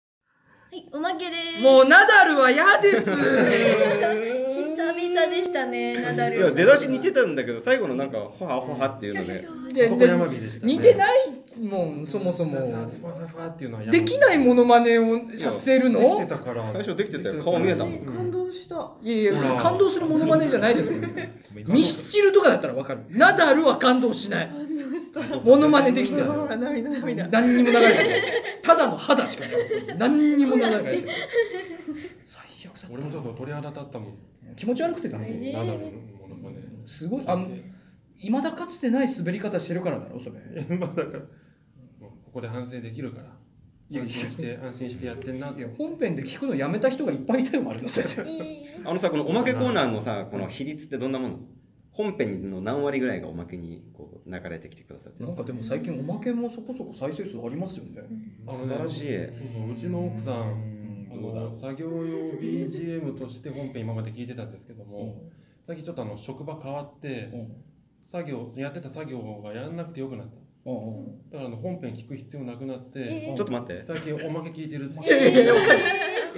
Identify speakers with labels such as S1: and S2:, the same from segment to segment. S1: はい、おまけです。
S2: もうナダルは嫌です
S1: 久々でしたね、ナダ
S3: い
S1: ル。
S3: や出だし似てたんだけど最後のなんかほはほはっていうので
S2: で
S4: そこ
S2: で
S4: 山火でしたね
S2: 似てないもんそもそも
S4: さあさあさあさあっていうのは
S2: できないモノマネをさせる
S4: できて
S2: の
S4: たから
S3: 最初できてたよ顔見えたもん
S2: 感動したいやいや
S4: ほら
S2: 感動するモノマネじゃないですよミスチルとかだったらわかるナダルは感動しないモノマネでき てる何にも流れてないただの肌しかない何にも流れてない最悪だった
S4: 俺もちょっと鳥肌立ったもん
S2: 気持ち悪くてだね
S4: ナダルのものまね
S2: すごいあのいまだかつてない滑り方してるからだろそれ
S4: まだからここで反省できるから安心して安心してやってんなっ
S2: い
S4: て
S2: や本編で聞くのやめた人がいっぱいいたよあれのせいで
S3: あのさこのおまけコーナーのさこの比率ってどんなもの本編の何割ぐらいがおまけにこう流れてきてくださって
S2: なんかでも最近おまけもそこそこ再生数ありますよね
S4: あの
S3: 素晴らしいう
S4: ちの奥さんあ
S3: どうだろ
S4: の作業用 BGM として本編今まで聞いてたんですけども、最近ちょっとあの職場変わって作業やってた作業がやんなくてよくなっただからあの本編聞く必要なくなって、
S1: えー
S3: ちょっと待って
S4: 最近おまけ聞いてる
S2: いやいやいやおかしい
S3: い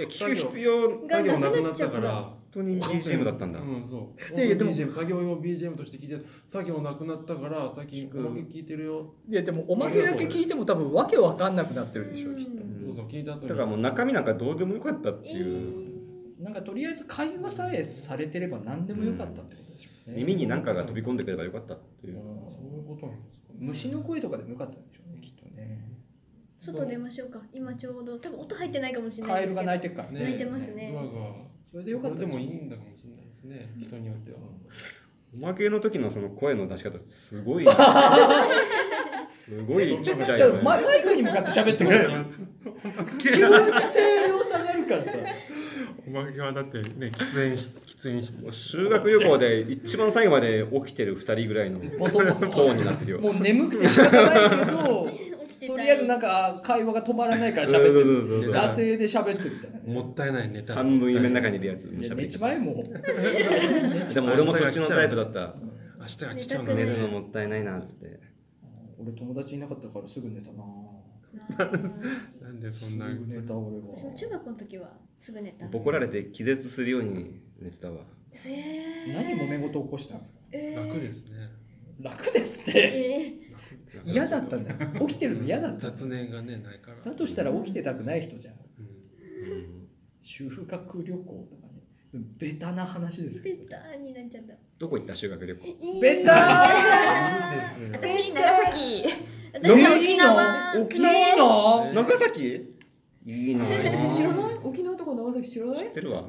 S3: や聞く必要本
S4: 作業なくなったから
S3: 当に BGM だったんだ
S4: うんそう
S2: いやいやでも
S4: BGM 作業用 BGM として聞いてる作業なくなったから最近おまけ聞いてるよ、
S2: いやでもおまけだけ聞いても多分わけわかんなくなってるでしょきっと
S3: うん
S4: そうそう聞いた後に
S3: だからもう中身なんかどうでもよかったっていう
S2: なんかとりあえず会話さえされてれば何でもよかったってことでしょうね
S3: 耳に何かが飛び込んでくればよかったっていう
S4: そういうことなんですか
S2: うん虫の声とかでもよかったんでしょうねきっとね
S1: 外出ましょうか。今ちょうど、多分音入ってないかもしれ
S2: カ
S1: な
S2: エ
S1: いですけ
S2: ルが
S1: ど。
S2: 鳴いてるからね
S1: 泣いてますね
S4: ドアが
S2: それでよかった
S4: これでもいいんだかもしれないですね人によっては、
S3: おまけの時のその声の出し方すご いすごいちっちゃい
S2: じゃあ
S3: よね
S2: ママイクに向かって喋ってくれよ急に声量下がるからさ
S4: おまけはだってね喫煙室喫煙室
S3: もう修学旅行で一番最後まで起きてる2人ぐらいの
S2: ボソボソ
S3: トーンになってるよ。
S2: もう眠くて仕方ないけど
S1: 起きてた
S2: とりあえずなんか会話が止まらないから
S3: そうそう
S2: 喋っ
S3: そ
S2: て
S3: うそ
S2: る
S3: う
S2: 惰性で喋ってるみたいなね
S4: もったいないネタ
S3: 半分夢の中にいるやつ
S2: いや
S3: 喋
S2: 寝
S3: り
S2: ち
S3: 方
S2: まえもう
S3: でも俺もそっちのタイプだった
S4: 明日が来ちゃうんだ
S3: 寝る
S4: ね
S3: のもったいないなっつって
S2: 俺友達いなかったからすぐ寝たな
S4: なんですそ
S2: ぐ
S4: んな
S2: 寝た俺は
S1: 私も中学の時はすぐ寝た。
S3: ボコられて気絶するように寝てたわ
S1: えー、
S2: 何揉め事起こしたんですか
S1: えー、
S4: 楽ですね
S2: 楽ですって
S1: え
S2: 嫌だったんだよ起きてるの嫌だった
S4: 雑念がねないから
S2: だとしたら起きてたくない人じゃん
S4: うん
S2: 修学旅行とかねベタな話です
S1: ー、
S2: け
S1: ベ
S2: ど
S1: ターになっちゃった。
S3: どこ行った修学旅行
S2: ベタ
S4: いいですね
S5: 私長崎
S1: 私
S2: ー
S1: は
S2: の
S1: 沖縄。
S2: 沖縄いいの
S4: ね
S3: 長崎いいなぁ
S5: 知らない沖縄とか長崎知らな
S3: 知
S5: い
S3: ってるわ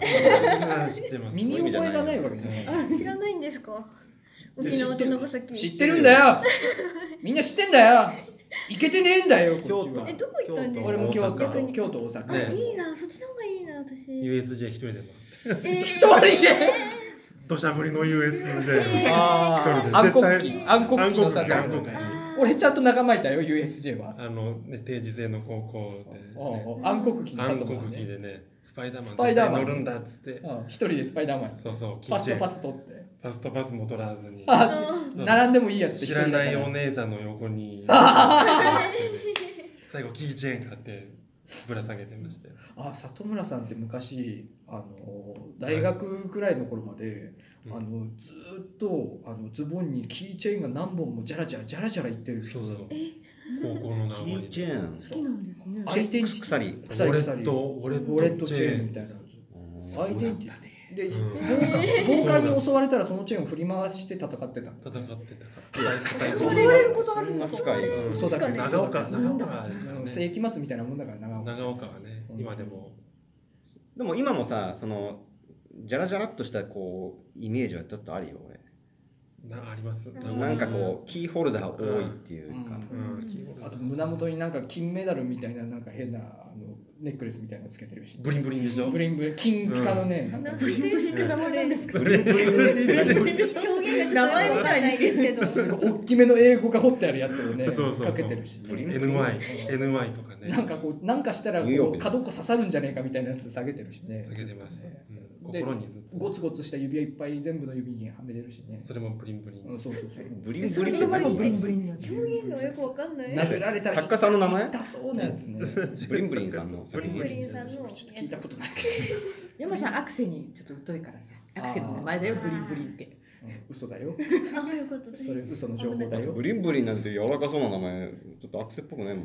S4: 知ってます
S2: 耳覚えがないわけじゃない
S1: あ、知らないんですか。沖縄と長崎。
S2: 知ってるんだよみんな知ってんだよいけてねえんだよこっちは
S1: え、どこ行ったんです
S2: 俺
S1: か。
S2: も京
S4: 大
S2: 都
S4: 阪
S2: 京都大阪、
S1: あ、
S4: ね
S1: いいな、そっちの方がいいな、私。
S4: USJ 一人でも
S1: えー
S2: 一人で
S4: 土砂降りの USJ
S2: あ
S4: 一人で
S2: ー暗
S4: 絶
S2: 黒
S4: 対
S2: 期暗黒期のさ
S4: 暗黒期暗黒
S2: 俺ちゃんと仲間いたよ USJ は
S4: あのね定時制の高校で
S2: おう
S4: ね
S2: おう暗黒期の
S4: 暗
S2: 里
S4: 黒
S2: も
S4: 期
S2: ね
S4: でねスパイダーマン
S2: スパイダーマン
S4: 乗るんだっつって
S2: うん一人でスパイダーマン
S4: そうそう
S2: パスとパ
S4: ス
S2: ス取って
S4: ファストパスも取らずに
S2: あ 並んでもいいやつって一
S4: 知
S2: 人だ
S4: ら
S2: った
S4: ないお姉さんの横 に最後キーチェーン買ってぶら下げてましたよ
S2: あ里村さんって昔あの大学くらいの頃まで、
S4: うん
S2: あのずーっとあのズボンにキーチェーンが何本もジャラジャラジャラジャラいってる人
S4: そうそう
S1: え
S4: 高校の名
S3: キ
S4: 残
S3: ーチ
S4: で
S3: ェーン
S5: 好きなんですね
S2: アイデンティティ
S3: 鎖
S4: ウォレットウォレ
S2: ウォレッ
S4: ッ
S2: ト
S4: ト
S2: チ
S4: チ
S2: ェ
S4: ェ
S2: ー
S4: ー
S2: ン
S4: ン
S2: みたいなやつアイデンティティで、
S4: うん
S2: 防寒防
S4: そうだ
S2: 寒に襲われたらそのチェーンを振り回して戦ってた
S4: 戦ってたから
S5: 襲われることあるんですか
S3: そんな
S4: うん
S2: 嘘だけど
S4: 長岡
S2: 嘘だけど
S4: 長岡ですから
S2: うん
S4: ね
S2: 世紀末みたいなもんだから長岡
S4: 長岡はね今でも
S3: でも今もさそのじゃらじゃらっとしたこうイメージはちょっとあるよ
S4: なあります
S3: 俺なんかこうキーホルダー多いっていうか
S4: ううん
S2: あと胸元になんか金メダルみたいななんか変なあのネックレスみたいなのつけてるし
S4: ブリンブリンでしょ
S2: ブリンブリン金ピカのね、なんか
S1: なんでそれ表現
S3: ブリンブリン
S1: がちょっとわかんないですけ
S2: す
S1: ど。
S2: ごい大きめの英語が彫ってあるやつをね
S4: そうそうそう
S2: かけてるし、
S3: ブリン
S4: NYNY とかね
S2: なんかこうなんかしたらこ
S3: ニューヨーク
S2: う
S3: で
S2: 角っこ刺さるんじゃねえかみたいなやつ下げてるしね
S4: 下げてます
S2: ずっとね
S4: うん
S2: で
S4: 心にずっと
S2: ゴツゴツした指をいっぱい全部の指にはめれるしね。
S4: それもプリンプリン
S2: うん、そうそうそう。
S3: ブリンブリンって
S1: それ
S3: 何
S1: もブリンブ
S2: リンなん
S1: 表現がよくわかんない
S3: なぜ
S2: 殴られたら
S3: 作家さんの名前
S2: 痛そうなやつね。
S3: ブリンブリンさんの
S4: ブリン
S1: プ
S4: ブ
S1: リンさんのや
S2: ちょっと聞いた
S1: つ
S2: ことないけど。
S5: 山さんアクセにちょっと疎いからさアクセの名前だよ
S1: あー
S5: ブリンブリン って
S2: うん嘘だよ。
S1: ああよかった
S2: それ嘘の情報だ
S3: だって
S2: よ
S3: ブ。リンブリンなんて柔らかそうな名前ちょっとアクセっぽくないもん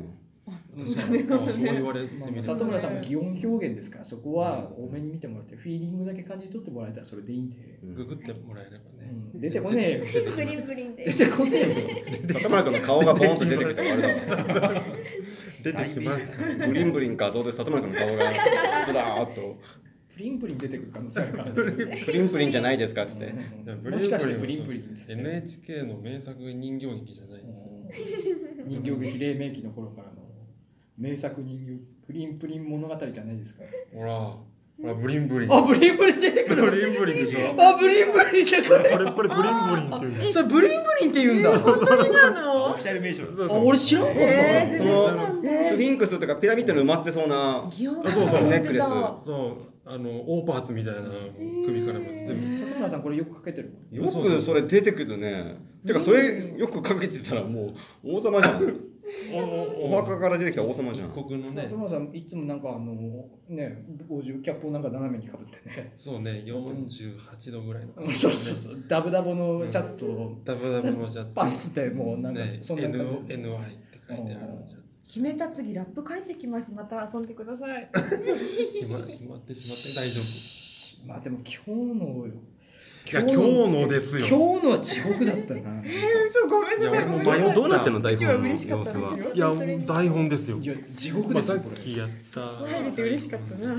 S2: うん
S4: そう言われて
S2: まあ
S4: みたら
S2: 里村さんも擬音表現ですから、そこは多めに見てもらって、フィーリングだけ感じ取ってもらえたらそれでいいんで。
S4: ググってもらえれば
S2: う
S4: ね、
S2: ん、出てこねえよ。
S1: ブリンブリンで
S2: 出てこねえよ。
S3: 里村君の顔がボーンと出てきたらあれだわ
S4: 出てきますか
S3: ブリンブリン画像で里村君の顔がずらーっと
S2: プリンプリン出てくる可能性あるから、ね。
S3: ブリンブリンじゃないですかっつって
S2: もしかしてプリンプリンですね。
S4: NHK の名作人形劇じゃないんですよ、
S2: うん人形劇黎明期の頃からの名作人形プリンプリン物語じゃないですか。
S4: ほらほらブリンブリン
S2: あ、ブリンブリン出てくる。
S4: リンブリンでしょ
S2: あ、ブリンブリンだこれ。
S4: あれこれブリンブリンっていう
S2: それブリンブリンって言うんだ。
S5: 今の
S6: シャル名称
S2: あ、俺知らんかった。
S5: え
S3: そ
S5: ー
S3: のスフィンクスとかピラミッドに埋まってそうな
S5: 擬音
S4: あそうそう
S3: ネックレス
S4: そうあのオーパーツみたいな首からも全部
S2: 里村さんこれよくかけてるもん。
S3: よくそれ出てくるねてかそれよくかけてたらもう王様じゃんお
S4: お
S3: 墓から出てきた王様じゃん
S4: 王国のね
S2: 里村さんいつもなんかあのね、帽子キャップをなんか斜めにかぶってね。
S4: そうね48度ぐらいの
S2: そうそうそう。ダブダブのシャツと
S4: ダブダブのシャツ
S2: パンツでもうなんか
S4: ね
S2: そんな
S4: N
S2: 感じ。
S4: O NY って書いてあるシャツ
S5: 姫たつぎラップ書いてきますまた遊んでください
S4: 決ま決まってしまって大丈夫
S2: まあでも今日のよ。
S4: いや今日のですよ
S2: 今日のは地獄だ ったな。
S5: そうごめんな
S4: い
S5: さい
S4: や俺も
S5: ごめんなさい
S4: 迷うどうなってんの
S3: 台
S5: 一番嬉しかったな
S4: や台本ですよ
S2: いや地獄ですよこれ。
S4: きやった
S5: 入れて嬉しかった な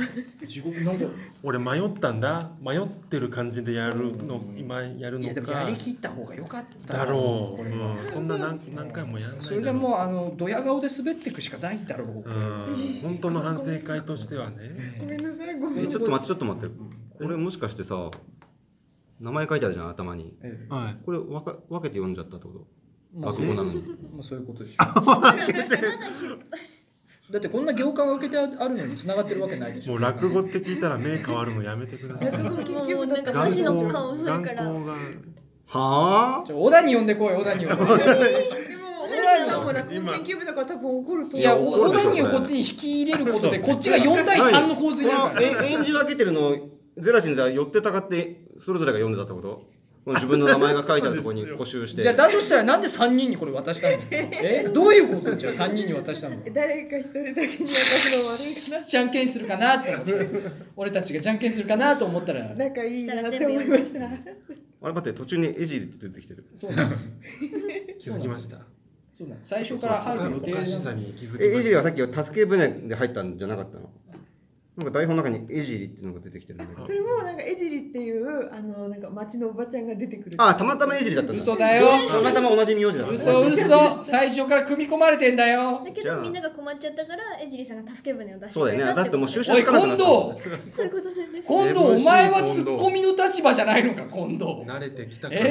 S2: 地獄なんか。
S4: 俺迷ったんだ迷ってる感じでやるの、
S2: うん
S4: 今やる
S2: いやで
S4: の
S2: もや
S4: か
S2: りきった方が良かったな
S4: だろ
S2: こ
S4: う、
S2: れは
S4: うん、そんな何何回もやらないだろ
S2: それがもうあのドヤ顔で滑っていくしかないだろう。
S4: うん本当の反省会としてはね
S5: ごめんなさいごめん
S3: え
S5: な
S3: ち
S5: さ
S3: ょっと待ってちょっと待って
S2: え
S3: これもしかしてさ名前書いてあるじゃん頭に
S2: ええ
S4: はい
S3: これ分か分けて読んじゃったってこ
S2: ま
S3: と
S2: あ
S3: あそこなのに
S2: まあそういうことでしょう。だってこんな行間を開けてあるのに繋がってるわけないでしょ。
S4: もう落語って聞いたら目変わるのやめてください
S5: い
S1: もうなんかマジの顔するから
S4: 眼
S3: はあ
S2: ちょ小田に呼んでこい小 田に呼んでこい。
S5: でも小田さんも落語研究部だから多分怒ると
S2: いや
S5: 思う
S2: お小田にをこっちに引き入れることでこっちが4対3の構図になる
S3: こ
S2: か
S3: の
S2: ら。
S3: え演じ分けてるのゼラチンで寄ってたかってそれぞれが読んでたってことこの自分の名前が書いてあるところに固集して
S2: じゃあだとしたらなんで3人にこれ渡したのえどういうことじゃあ3人に渡したの
S5: 誰か一人だけに私の悪いか
S2: じゃんけんするかなって思って俺たちがじゃんけんするかなと思ったら
S5: な仲いいなって思いました
S3: あれ待って途中にエジって出てきてる
S2: そうなんですよ
S4: 気づきました
S2: そうなんです最初から入る予定
S4: お
S2: な
S4: か
S2: ん
S4: しさに気づき
S3: え
S4: ました
S3: エジリはさっき助け舟で入ったんじゃなかったのなんか台本の中にエジリっていうのが出てきてるんだけど
S5: それもなんかエジリっていうあのなんか町のおばちゃんが出てくる
S3: あたまたまエジリだったんだ
S2: 嘘だよ
S3: たまたま同じ名字だった
S2: 嘘嘘最初から組み込まれてんだよ
S1: だけ
S3: じゃあ
S1: どみんなが困っちゃったからエジリさんが助け舟を出して
S3: そうだよねだってもう就
S1: 終
S3: 職
S2: おい
S3: つかなくな
S2: 今
S3: っちゃう
S2: 度
S1: そういうことなんです
S2: 今度お前はツッコミの立場じゃないのか今度
S4: 慣れてきたからな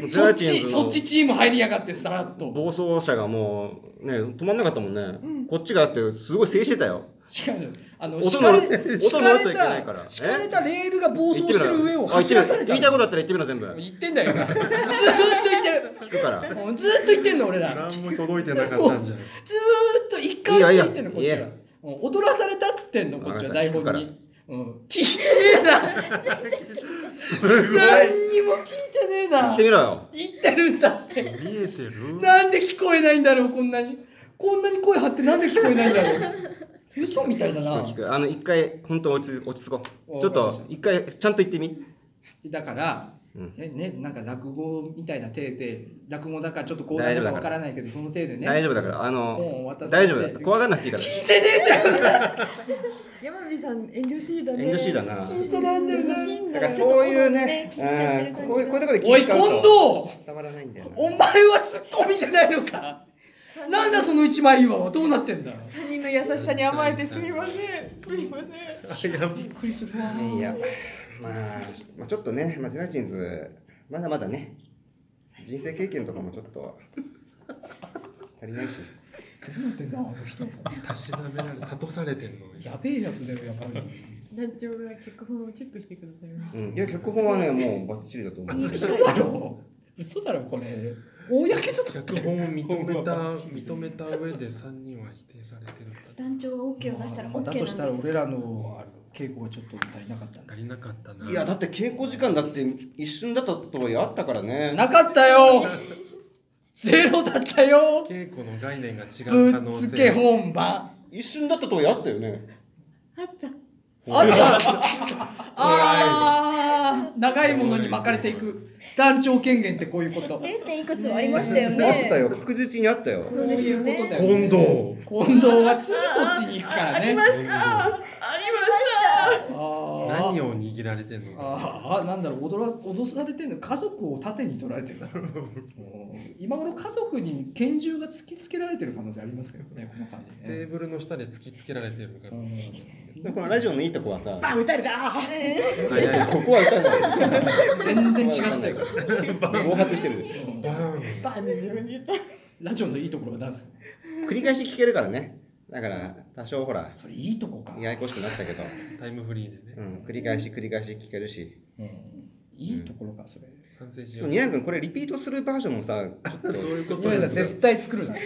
S3: ゼ
S2: そっ
S3: ラチン
S2: ち
S3: ズ
S2: そ
S3: の
S2: っちチーム入りやがってさらっと
S3: 暴走車がもうね止まんなかったもんね、こっちがあってすごい制してたよ
S2: 違うのよあの
S3: 音
S2: 敷かれ
S3: 乗る音
S2: 敷かれ
S3: 乗るといけないから
S2: た敷かれたレールが暴走してる上を
S3: 言っ
S2: 走
S3: てみろ
S2: ら
S3: あ
S2: された
S3: 言いたいことあったら言ってみろ全部
S2: 言ってんだよ今ずーっと言って
S3: 聞くから
S2: るもうずーっと言ってんの俺ら
S4: 何も届いてなかったんじゃない
S2: ずーっと一貫して言ってんのこっ
S3: い
S2: ち
S3: やい
S2: は
S3: や
S2: うん踊らされたっつってんのこっちは台本
S3: わかった聞
S2: に、うん、聞いてねえな何にも聞いてねえ
S3: 言
S2: な
S3: ってみろよ
S2: 言ってるんだって
S4: 見えてる
S2: なんで聞こえないんだろうこんなにこんなに声張ってなんで聞こえないんだろう嘘みたいだな
S3: 聞くあの一回本当落ち着落ち着こ
S2: わ
S3: うちょっ
S2: わかり
S3: と一回ちゃんと言ってみ
S2: だから、
S3: うん
S2: ねねなんか落語みたいな体で落語だからちょっと講談とかわからないけどその程度ね
S3: 大丈夫だからあ
S2: 本を
S3: の
S2: 渡され
S3: 大
S2: て
S3: 丈夫だ怖がんなくていいから
S2: 聞いてねえんだよ
S5: 山美さん遠慮しいだね
S3: 遠慮しいだな
S2: 本当なんだよな
S3: だからそういうね
S1: ちょっと音ね
S3: うんこういうこういうとこで
S2: お
S3: 聞
S2: い
S3: いた
S2: 今
S3: と
S2: 度
S3: 伝わらないんだよな
S2: お前はツッコミじゃないのかなんだその一枚岩はどうなってんだ
S5: 三人の優しさに甘えてすみませんすみません
S2: びっくりするわ
S3: いやまあ、まあ、ちょっとね、まあ、ゼラチンズまだまだね人生経験とかもちょっと足りないし
S2: どうなってんだあの人
S4: たしなめられ諭されてるのに
S2: やべえやつだよやっぱり
S5: 団長が脚本をチェックしてくださいました。
S3: うん、いや脚本はねもうバッチリだと思うんです
S2: 嘘
S3: けど
S2: だろ嘘だろこれ公だと
S4: 脚本を認めた認めた上で3人は否定されてるんだ
S1: 団長が OK を出したら OK な
S2: まあ
S1: んで
S2: だ
S1: す
S2: としたら俺らのあの稽古がちょっと足りなかったんだ
S4: 足りなかったない
S3: やだって稽古時間だって一瞬だったとはいえあったからね
S2: なかったよゼロだったよ
S4: 稽古の概念が違う可
S2: ぶ
S4: 能
S2: っ
S4: 性
S2: つけ本番
S3: 一瞬だったとはいえあったよね
S2: あったあー長いものに巻かれていく団長権限ってこういうことこ
S1: 0. いくつもありましたよね
S3: あったよ確実にあったよ
S2: ういうことだよ、
S4: 今
S2: ね、
S4: 度
S2: 近藤はすぐそっちに行くからねあー
S4: 何を握られてんのか
S2: ああなんだろう踊ら脅されてるの家族を盾に取られてるうん今頃家族に拳銃が突きつけられてる可能性ありますけどねこの感じ
S4: テー
S2: ね、
S4: ブルの下で突きつけられてるから
S3: でこのラジオのいいとこはさ
S5: あ、撃たれた。あ
S4: 早い
S3: ここは歌んない
S2: うん全然違ったよ、
S3: 暴発してる
S2: うん
S4: バーン
S5: バーンで自分に言った。
S2: ラジオのいいところは何ですか
S3: 繰り返し聞けるからねだから多少ほら
S2: それいいとこか、
S3: ややこしくなったけど、
S4: タイムフリーで
S3: う
S4: ね
S3: ん、繰り返し繰り返し聞けるし
S2: うんいいところかそれ
S4: 完成し
S3: ちょっと
S4: よう
S3: 二谷君これリピートするバージョンもさちょっと
S4: どういうこと
S2: 皆
S4: です
S2: さん
S4: か
S2: 絶対作るな
S6: や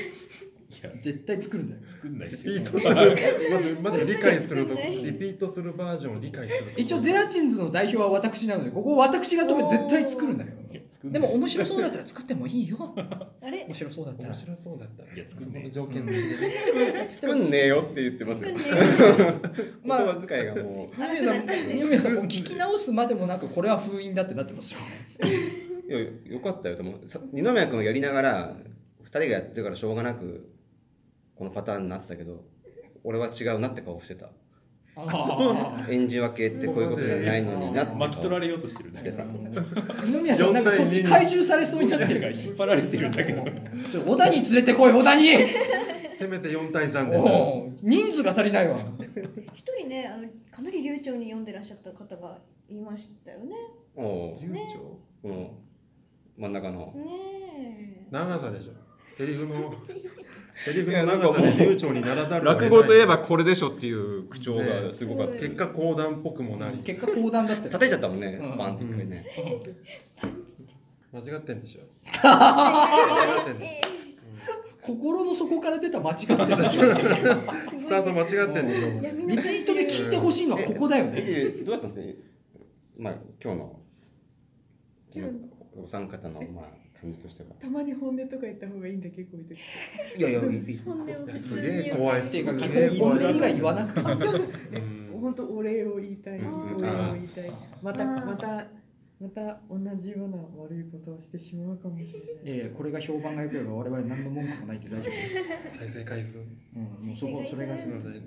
S2: 絶対作るんだよ
S6: 作んないです
S4: リピ
S6: よ
S4: ートするまずまず理解するとこリピートするバージョンを理解するとこ
S2: 一応ゼラチンズの代表は私なのでここを私が止め絶対作るんだよ
S6: いや作んな
S2: で
S6: い
S2: も面白そうだったら作ってもいいよ
S1: あれ
S2: 面白そうだったら
S4: 面白そうだったら
S6: いや作んねえ
S4: そこの条件でね
S3: 作んねえよって言ってますよ言
S2: まあ
S3: 葉遣いがも
S2: 二宮さん、二宮さん、もう聞き直すまでもなく、これは封印だってなってますよ。
S3: ういやよかったよでもさ二宮君をやりながら二人がやってるからしょうがなくこのパターンになってたけど俺は違うなって顔してた演じ分けってこういうことじゃないのになって
S6: 巻き取ら
S3: れ
S6: れようとしてるだけだ
S3: う
S2: 二宮さん、なんかそっち怪獣されそうになって
S6: 誰か
S2: る。
S6: 引っ張られてる だけだ
S2: ちょ小田に連れてこい、小田に。
S4: せめて4対3でね
S2: おう人数が足りないわ。
S1: 一人ねあのかなり流暢に読んでらっしゃった方がいましたよね
S3: おう
S4: 流暢
S3: うん真ん中の
S1: ねえ
S4: 長さでしょセリフのセリフの長さで流暢にならざるを得ない
S3: これでしょっていう口調がすごかった、
S1: ね
S4: 結果講談っぽくもなり
S2: 結果、講談だったよ。
S3: 叩いちゃったもんね、
S2: うん
S3: バンって一回ね、
S4: 間違ってんでしょ間違ってんで
S2: 心の底から出た間違ってる。
S1: すごい
S4: しょスタート間違ってんでしょ
S1: 闇
S2: リ
S1: の
S2: ピートで聞いてほしいのはここだよね。
S3: えどうだったんですかまあ今日の
S5: 今日
S3: お三方のまあ感じとしては
S5: たまに本音とか言った方がいいんだ、結構見て。
S3: いやいやいい
S1: 本音を
S4: いや
S1: 普
S4: す
S1: 通
S4: げ
S1: に
S4: え
S1: 言う
S4: 怖い
S2: って
S4: す
S2: い
S4: げ
S2: う
S4: え
S2: か、
S4: 怖
S2: 基本本音以外言わ
S4: い
S2: なくてもいいですよ。
S4: うん
S5: 本当お礼を言いたい。
S3: うん
S5: お礼を言いたい。また、
S1: あー
S5: また、また同じような悪いことをしてしまうかもしれない。
S2: ええ、これが評判が良ければ、我々何の文句もないって大丈夫です。
S4: 再生回数
S2: うん、もうそこ、それがすごい。
S4: 頑張っ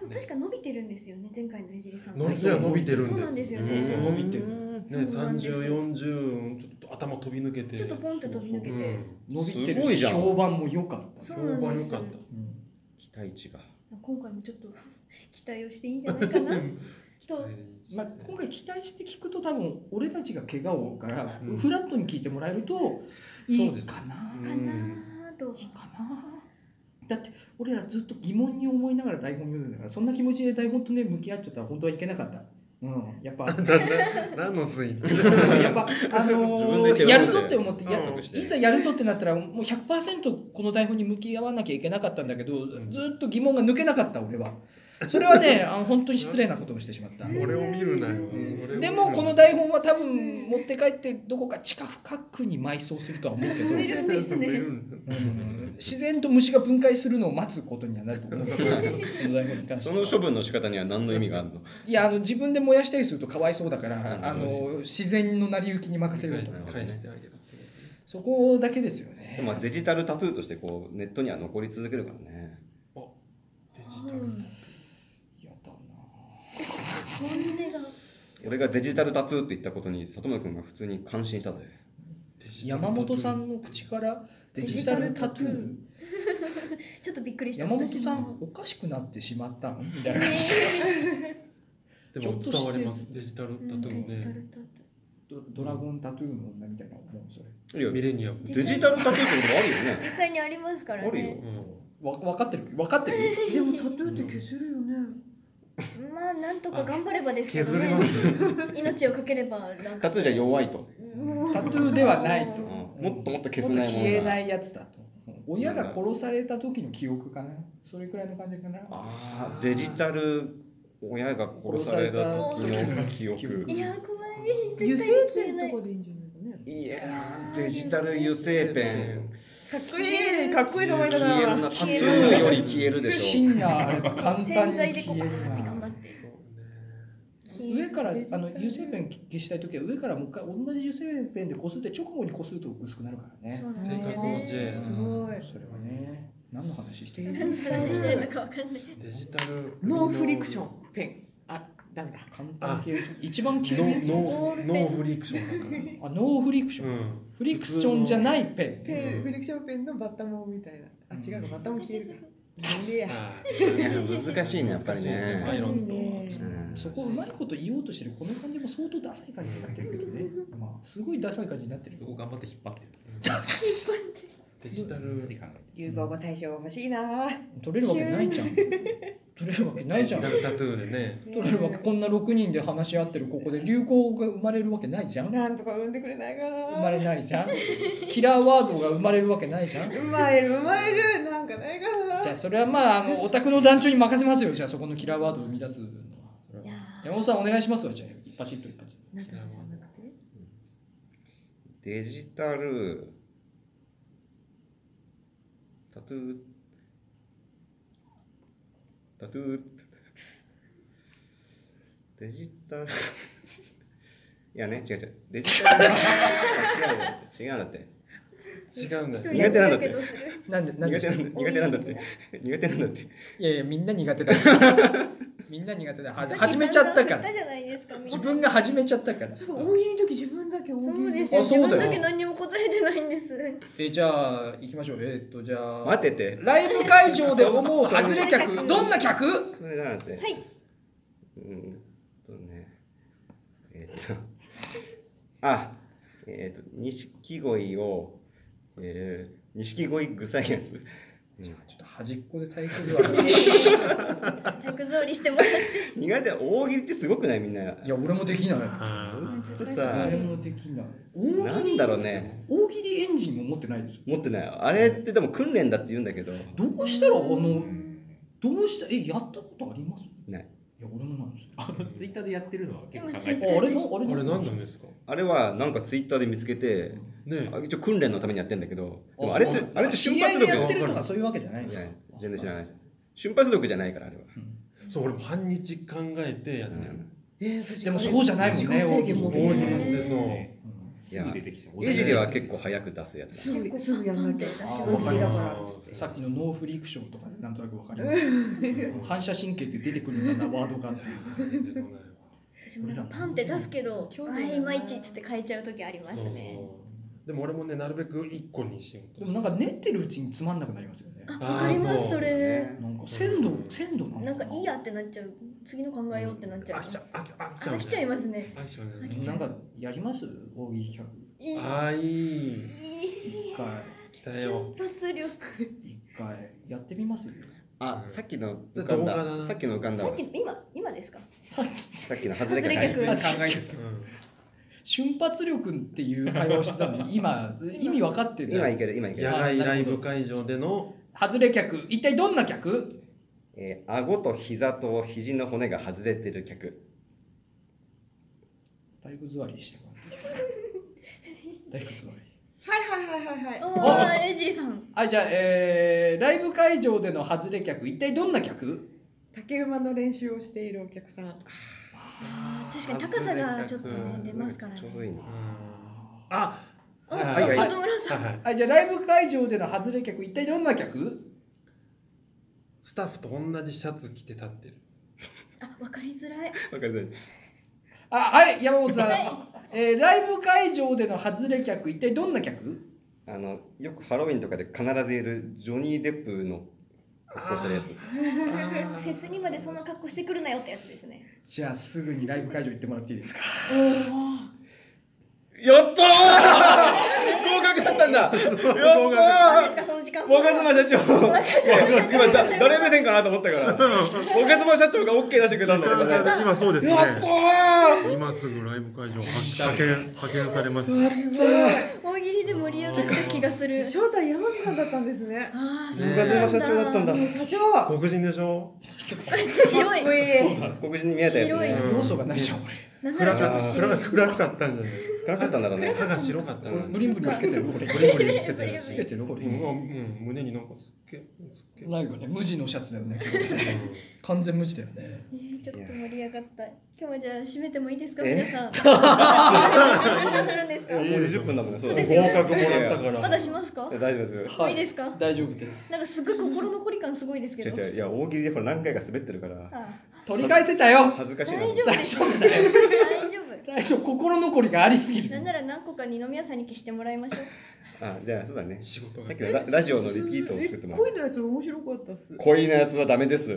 S1: でも確か伸びてるんですよね前回のねじりさん
S4: 伸びては伸びてるんです
S1: そうなんですよ
S4: うん
S1: ね
S4: 伸びてる
S1: そうな
S4: ね
S1: ん
S4: 三
S1: ですよ
S4: 十四十ちょっと頭飛び抜けて
S1: ちょっとポンって飛び抜けて
S4: うん
S2: 伸びてる
S3: すごい
S2: し、
S3: じゃん
S2: 評判も良かった。
S1: そう
S4: 評
S1: な
S4: 判
S1: ん
S4: 良
S1: です
S4: か
S1: よ
S4: った
S2: うん
S3: 期待値が
S1: 今回もちょっと期待をしていいんじゃないか なと
S2: まあ、今回期待して聞くと多分俺たちが怪我を負うからふ
S4: うん
S2: フラットに聞いてもらえるといい
S4: そうです
S2: かな、
S4: うん
S1: かなあと
S2: いいかなだって俺らずっと疑問に思いながら台本読んでたからそんな気持ちで台本とね向き合っちゃったら本当はいけなかった。うん、やっ ぱ
S4: だんだん何のスイッチ
S2: やっぱ、あ
S3: 自分
S2: の
S3: で言って
S2: ー
S3: ることで
S2: やるぞって思ってや
S4: 納
S3: 得して
S2: いざやるぞってなったらもう100%この台本に向き合わなきゃいけなかったんだけど、
S4: ん
S2: ずっと疑問が抜けなかった俺はそれはねあの本当に失礼なことをしてしまった
S4: 俺を見るなよ俺を見るなよ
S2: でもこの台本は多分持って帰ってどこか地下深くに埋葬するとは思うけど、
S1: 増えるんですね
S2: うん自然と虫が分解するのを待つことにはなると思うけどこの台本に関して
S3: そ
S2: は
S3: の処分の仕方には何の意味があるの
S2: いやあの自分で燃やしたりするとかわいそうだから
S3: ん
S2: あの自然の成り行きに任せると
S4: 返してあげるって
S2: そこだけですよね
S3: でもデジタルタトゥーとしてこうネットには残り続けるからね
S4: デジタル
S2: やだ
S1: 本音が
S3: 俺がデジタルタトゥーって言ったことに里村君が普通に感心したぜ
S4: デジタル
S2: 山本さんの口からデジタルタトゥー
S1: ちょっとびっくりした
S2: 山本
S1: 私も
S2: さんおかしくなってしまったのみたいな感じ
S4: で
S2: ひょ
S4: も
S2: っとして
S4: 伝わりますデジタル
S1: うん
S4: だと
S1: デジタ
S4: ね
S1: ルタトゥー
S2: ドドラゴンタトゥーの女みたいなもんそれ
S3: いや
S4: ミレニアム
S3: デジタルタトゥーってことあるよね
S1: 実際にありますから
S3: ある
S1: ね
S3: よ
S4: うん
S2: わ分かってる分かってるよ
S5: でもタトゥーって消せるよね。
S1: まあなんとか頑張ればですけど
S4: 削れ
S1: ね
S4: ま。す
S1: 命をかければなん
S3: タ
S1: か。
S3: トゥーじゃ弱いと、
S1: もう
S2: タトゥーではないと
S3: うん
S2: も
S3: もっともっと
S2: っ
S3: 削
S2: と
S3: れないもの
S2: 消え
S3: が
S2: ないやつだと親が殺された時の記憶かなそれくらいの感じかな
S3: あーデジタル親が殺された時の記憶
S1: いや怖い。
S5: 油
S1: 絶
S5: 性
S1: 対消え
S5: ペ
S1: な
S5: ン
S1: い。
S5: とかでいいんじゃないかね。
S3: いやーデジタル油性ペン
S5: かっこいい、かっこいい名前だ
S3: 消える
S5: な。
S3: なタトゥーより消えるでしょ
S2: 芯があれば簡単
S1: 洗
S2: に
S1: 剤でこ
S2: 消
S1: うバーっ
S2: える
S1: て頑張
S2: な
S1: って。消える
S2: 上からあの油性ペン消したい時は上からもう一回同じ油性ペンでこすって直後にこすると薄くなるからね
S1: そうなん
S4: 生活の知恵
S2: うん
S5: すごい
S2: それはね何の話してる
S1: 何の話してるのかわかんない。
S4: デジタル
S5: ノーフリクションペン。あ、ダメだ。
S2: 簡単に消える一番消える
S4: ノ
S2: やつ
S4: ノーノーフリクションだか
S2: あノーフリクショ
S4: ら
S2: ン、
S4: うん
S2: フリクションじゃないペンね
S5: ペン、フリクションペンのバッタモンみたいな。あ、違うか、バッタモン消えるから。なんでや。
S3: いや難しいねやっぱりね
S4: 難しい
S5: いい
S4: ね
S5: ね
S3: うん
S2: そこうまいこと言おうとしてるこの感じも相当ダサい感じになってるけどね、まあ、すごいダサい感じになってる
S6: そこ頑張って引っ張ってる
S4: デジタル
S6: 何考えて
S5: 流行語大賞欲しいな。
S2: 取れるわけないじ ゃん取れるわけない
S4: デ
S2: じ
S4: ジ
S2: ゃん
S4: タルタトゥーでね
S2: 取れるわけこんな6人で話し合ってるここで流行が生まれるわけないじゃん
S5: なんとか産んでくれないか
S2: 生ま
S5: な。
S2: れないじゃんキラーワードが生まれるわけないじゃんじ
S5: 生まれる、生まれる、なんかないかな。
S2: ゃあそれはまああのお宅の団長に任せますよじゃあそこのキラーワードを生み出すのはそれはい
S1: や
S2: 山本さんお願いしますわじゃあ一発一発
S5: なんかじゃなくて。
S3: デジタルタトゥータトゥーデジタルいやね違う違うデジ タル違う違うんだって
S4: 違うん
S1: ー
S4: だよ
S3: 人苦手なんだ
S1: 一人やる
S3: って
S1: けどする
S2: なんで
S3: 苦手なんだ苦手なんだって苦手なんだって
S2: いやいやみんな苦手だ みんな苦手だはじ始めちゃった
S1: さきさん
S2: か
S1: が言
S2: ら
S1: じゃないですか。みんな
S2: 自分が始めちゃったから
S5: そう大喜利の時自分だけ大喜利
S1: そうですよ。
S2: よあそ
S1: 自
S2: うだ
S1: 分
S2: よ
S1: だけ何にも答えてないんです。
S2: えーじゃあ行きましょうえーっとじゃあ
S3: 待ってて
S2: ライブ会場で思う外れ客どんな客
S3: それなんだって
S1: はい。
S3: うんとねえーっとあえーっと錦鯉をえー錦鯉臭いやつ
S2: じゃあちょっと端っこで体 育座り
S1: 体育座りしてもらって。
S3: 苦手大喜利ってすごくないみんない
S2: や俺もできない
S4: あ
S1: 難しい
S3: ちょっとさ
S2: 俺もできない
S3: な
S2: 大喜
S3: ん
S2: 利
S3: だろうね
S2: 大喜利エンジンも持ってないですよ
S3: 持ってないあれってでも訓練だって言うんだけど
S2: どうしたらあのどうしたえやったことあります
S3: ない
S2: いや俺もないです
S6: あのツイッターでやってるのは結構
S1: でも
S6: 考えて
S1: ツイ
S6: る
S1: ッ
S2: ああれのあれ
S4: れなん
S2: だ
S4: なんですか
S3: あれはなんかツイッターで見つけて
S4: ね
S3: あ一応訓練のためにやってんだけどでもあれって
S2: そう
S3: あれって瞬
S2: 知
S3: 発
S2: り合いで
S3: 力
S2: や
S3: が
S2: ってるとかそういうわけじゃないん
S3: い
S2: だ
S3: や全然知らないい瞬発力じゃないからあれは、
S4: そう俺も半日考えてやっ
S3: う
S4: てる
S3: ん、
S5: えー私
S2: でもそうじゃないもんね
S5: 時間制限
S2: 大
S5: も
S4: 大喜
S5: できない
S4: 利でそう
S6: すぐ出てきちゃう
S3: エイジでは結構早く出すやつ
S5: すぐすぐやんなきゃ
S1: あ
S2: ー
S5: 大喜利だか
S2: わ
S5: ら
S2: かりさっきのノーフリクションとかでなんとなくわかります。反射神経って出てくるようなワードがあって。
S1: 私もなんかパンって出すけど、
S5: 興
S1: あ
S5: 味ない
S1: いまいちっつって変えちゃう時あります
S4: そうそう
S1: ね。
S4: でも俺もねなるべく一個にしよう
S2: で
S4: と
S2: もなんか練ってるうちにつまんなくなりますよね。
S1: あ、わかりま
S4: あー
S1: す、それ。
S2: なんか鮮度、鮮度なの
S1: なんかいいやってなっちゃう。次の考えようってなっちゃい
S4: 飽
S1: ま
S4: きち
S1: す
S4: ゃ。飽き飽きちゃう
S1: 飽きちゃいますね。
S4: 飽きちゃう
S1: 飽き
S4: ね
S1: ちゃ
S2: な
S1: うん
S2: かやります大喜利企
S1: いい。
S4: あーいい
S2: 画。一回、
S4: 期待を
S1: 瞬発力。
S2: 一回やってみますよ。
S3: あさっきの浮かん
S4: 動画だ
S3: だ
S4: な
S3: さっきの浮かん
S1: さ
S3: だわ
S1: っきの今今ですか。
S2: さっき
S3: さっきの外れ
S1: 外れ
S3: 客
S1: 客
S6: 考えてた
S2: 瞬発力っていう会話をしてたのに、今、意味分かって
S3: 今い
S2: る。
S3: ける今いけ
S4: 野
S3: る
S2: や、
S4: 外ライブ会場での
S2: 外れ客、一体どんな客
S3: えー、顎と膝と肘の骨が外れてる客
S2: 体育座りしてもらっていいですか体育座り。
S5: はいはいはいはいはい
S1: ああ、エイジリさん。
S2: はい、じゃあ、えー、ライブ会場での外れ客、一体どんな客
S5: 竹馬の練習をしているお客さん
S1: あー確かに高さがちょっとね出ますからね
S3: ちょうどいいね
S4: あ
S1: あ、
S4: はい
S3: はい
S1: 里村さん。
S4: はい
S2: はい、じゃあ、ライブ会場での外れ客、一体どんな客
S4: スタッフと同じシャツ着て立ってる
S1: あ、わかりづらい。
S3: わかりづらい
S2: あ、はい、山本さん。えー、ライブ会場での外れ客、一体どんな客
S3: あのよくハロウィンとかで必ずいるジョニー・デップの格好してるやつ
S1: フェスにまでそんな格好してくるなよってやつですね。
S2: じゃあ、すぐにライブ会場行ってもらっていいですか。
S3: やったー合格だったんだやった
S1: 何で
S3: ー
S1: すかその時時間
S3: 若妻社長
S1: 若妻社長
S3: 今だ誰目線かなと思ったから若妻社長が OK 出してくれたんだけどねやっ
S7: 今そうですね
S3: たー
S7: 今すぐライブ会場派遣派遣されました
S1: 大喜利で盛り上がった気がする
S5: 正体山田さんだったんですね。
S1: ああ
S3: 若妻社長だったんだ
S5: 社長。
S7: 黒人でしょ
S1: 白い
S5: い
S3: 黒人に見えたやつ
S1: 白い
S3: ね
S2: 要素がないじゃん
S1: なんな
S7: 暗
S1: らちょ
S7: か
S1: っ
S7: っ
S1: と
S7: た
S1: 白い
S7: 暗か暗かったんじゃない
S3: 暗かったんだろうね
S4: 歯が白かった
S2: 俺
S4: な
S2: 俺ブリンブリンつけてるこれ
S7: ブリブリつけてる
S2: つ
S7: し
S2: けてるこれ
S4: うん
S2: 今
S4: うん胸になんかすっげえすっげえ
S2: ライブね無地のシャツだよね完全無地だよね
S1: ねちょっと盛り上がった今日はじゃあ締めてもいいですか
S3: え
S1: 皆さんどうするんですか
S3: もう20分だもんねそう
S1: うで
S3: だね
S1: すよ
S4: 合格もらったから
S1: まだしますか
S3: いや大丈夫です
S1: もういいですか
S2: 大丈夫です
S1: なんかすごい心残り感すごいですけ
S3: 違う
S1: ど
S3: 違ういや大喜利でほら何回か滑ってるから
S1: あ
S2: 取り返せたよ
S3: 恥ず
S1: あ
S3: かしいな
S1: 大丈夫です大丈夫
S2: 大丈夫心残りがありすぎ
S1: なん
S2: る
S1: なら何個か二宮さんに消してもらいましょう
S3: あじゃあそうだねさ
S4: 仕事
S3: っきのララジオのリピートを作ってもら
S5: 恋
S3: う
S5: のやつ面白かったっす。
S3: 恋のやつはダメです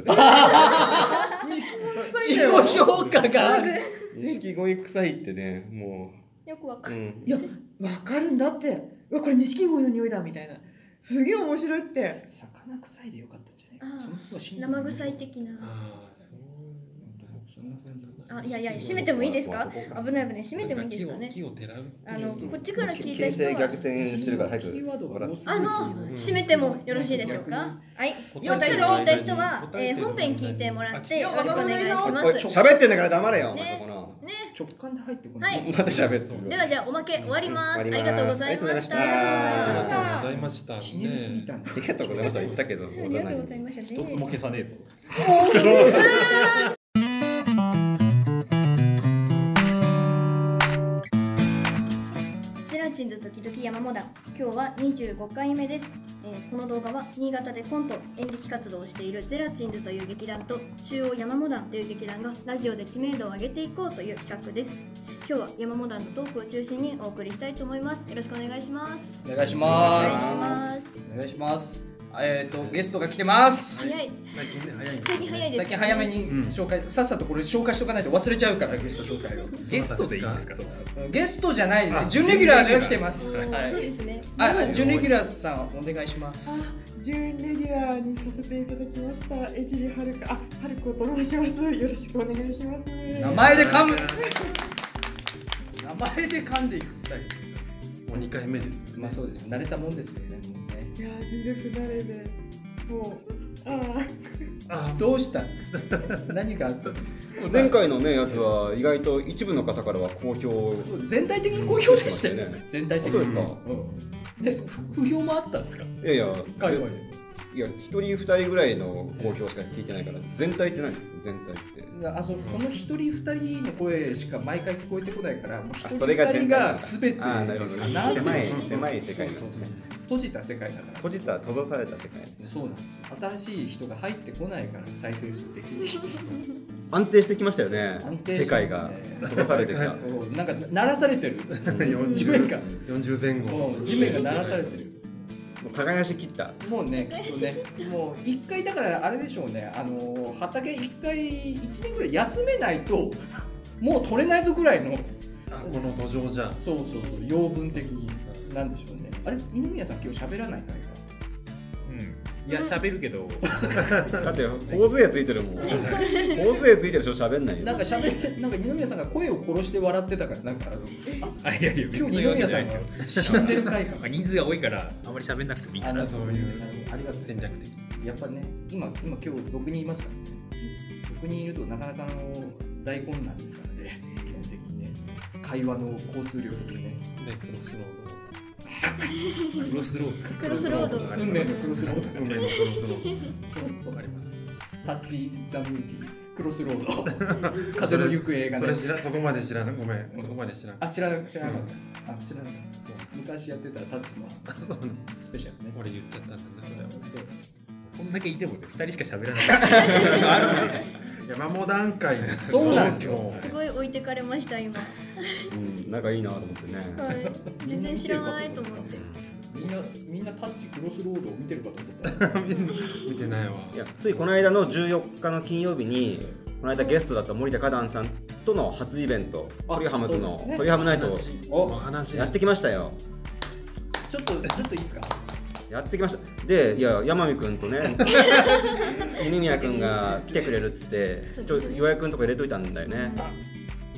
S2: 自己評価がある
S3: 錦鯉臭いってねも
S1: よくわ
S3: う、
S1: か
S3: う
S1: る
S3: ん
S5: い、やわかるんだって。うわこれ錦鯉の匂いだみたいな。すげえ面白いって。
S2: 魚臭いでよかったんじゃ
S1: あ
S2: な
S1: あ
S2: いその方がシンプル
S1: 生臭い的な
S4: ああそう
S2: そんな
S1: あ
S2: 感じ
S1: いやいや閉めてもいいですか
S3: ここか
S1: 危ない危ない閉めてもいいですかね
S4: 木を木をてらう
S1: あのこっちから聞いた
S3: 形
S1: 人
S3: 勢
S1: は
S3: 逆転してるから早く
S2: キーワード
S3: ほ
S2: が
S3: ら
S2: もうすぐ
S1: あの閉めてもよろしいでしょうかはいこっちから聞いた人は、えー本編聞いてもらってよろしくお願いし
S3: おいおい
S1: ます
S3: 喋ってんだから黙れよお前
S1: ね
S3: そこの
S2: 直感で入ってこ
S1: は
S2: ないい
S3: また喋ってる
S1: ではじゃあおまけ終わります。あり
S3: 終わります
S1: がとうございました。
S3: ありがとうございました
S1: あ
S4: ありがとうございました
S2: ひねりすぎたんだ
S3: ありがとうございました言ったけど
S1: りがとうございました。
S6: 一つも消さねえぞ。
S1: ゼラチンズ時々山モダン今日は25回目です、えーこの動画は新潟でコント演劇活動をしているゼラチンズという劇団と中央山モダンという劇団がラジオで知名度を上げていこうという企画です今日は山モダンのトークを中心にお送りしたいと思いますよろしくお願いします
S2: お願いし
S1: お願
S2: ま
S1: いし
S2: す
S1: ます
S2: お願いしますえっとゲストが来てます
S1: 早い
S4: 最近ね早いんです
S1: 最近早いです
S2: 最近早めに紹介さっさとこれ紹介しとかないと忘れちゃうからゲスト紹介を
S6: ゲストでいいですか。そう
S2: ゲストじゃないね準レギュラーが来てます
S1: はいそうですね
S2: ああ準レギュラーさんお願いします
S5: 準レギュラーにさせていただきました。えじりはるか、あ、はること申します。よろしくお願いします。
S2: 名前で噛む名前で噛んでいくスタイ
S7: もう2回目です
S2: ルまあそうです慣れたもんですよねもうね
S5: いやー、全然不慣れで。もう、ああ。
S7: あ
S2: どうした 何があったんですか
S3: 前回のねやつは意外と一部の方からは好評
S2: そう全体的に好評でしたよね
S3: そうですね
S2: 全体的に
S3: そうですか
S2: うんでふ不評もあったんですか
S3: いやいや
S2: 界隈で
S3: いや一人二人ぐらいの好評しか聞いてないから全体って何全体って
S2: あそうこの一人二人の声しか毎回聞こえてこないからもう一
S3: あ
S2: 人
S3: それが
S2: 二
S3: 全
S2: 人
S3: 体
S2: が全て
S3: あーなるほどね
S2: なんて
S3: 狭い
S2: うん
S3: 狭い世界なんです
S2: そ
S3: ね
S2: うそうそう閉じた世界だから
S3: 閉じた閉ざされた世界
S2: そうなんですよ新しい人が入ってこないから再生数的に
S3: 安定してきましたよね
S2: 安定してますね
S3: 世界が閉ざされてきた
S2: おなんか鳴らされてる地 面が
S7: 40 40前
S2: も
S7: 後
S2: う地面が鳴らされてる
S3: もう耕し切った
S2: もうねきっとねもう一回だからあれでしょうねあの畑一回一年ぐらい休めないともう取れないぞぐらいの
S4: あこの土壌じゃ
S2: そうそうそう養分的になんでしょうねあれ二宮さん今日喋らないから
S6: うん。いや喋るけど。
S3: だって頬杖ついてるもん頬杖ついてる人喋んないよ
S2: なんか喋ってなんか二宮さんが声を殺して笑ってたからなんかあのあ
S6: あいやいや。
S2: 今日二宮さんが死んでる回か
S6: あ人数が多いからあんまり喋んなくてもいいか
S2: あ
S6: な
S2: の。そういうありがとう
S4: 戦略的
S2: やっぱね今今今日6人いますからね6人いるとなかなかの大混乱ですからね基本的にね会話の交通量的にね
S4: でクロスロード
S6: クロスロー
S1: クロスロード
S2: 運命のクロスロード
S4: 運命のクロスロー
S2: そう
S4: ドあります
S2: タッチ・ザ・ムービークロスロー ド風の行方が
S4: そ
S2: ね
S4: れ知らそこまで知らないごめんそこまで知らない
S2: あ知らな知らなかったあ知らなかった昔やってたタッ チのスペシャルね
S4: 俺言っちゃったんだねそれは
S2: そう
S6: こんだけいてもね二人しか喋らない。
S7: 山も段階です
S2: そうなんですよ
S7: 今日
S1: すごい置いてかれました今、は
S3: うん仲いいなと思ってね
S1: い、全然知らないと思って
S2: みんなみんなタッチクロスロードを見てるかと思ったら
S4: 見てないわ
S3: いやついこの間の14日の金曜日にこの間ゲストだった森田花壇さんとの初イベント「
S2: あ
S3: トリハムズ」
S2: そうで
S3: の
S2: す
S3: 「トリハムナイト」
S4: 話
S2: お
S4: お話
S3: やってきましたよ
S2: ちょっとちょっといいですか
S3: やってきましたでいや山見君とね二宮君が来てくれるっつってちょ予約のとこ入れといたんだよね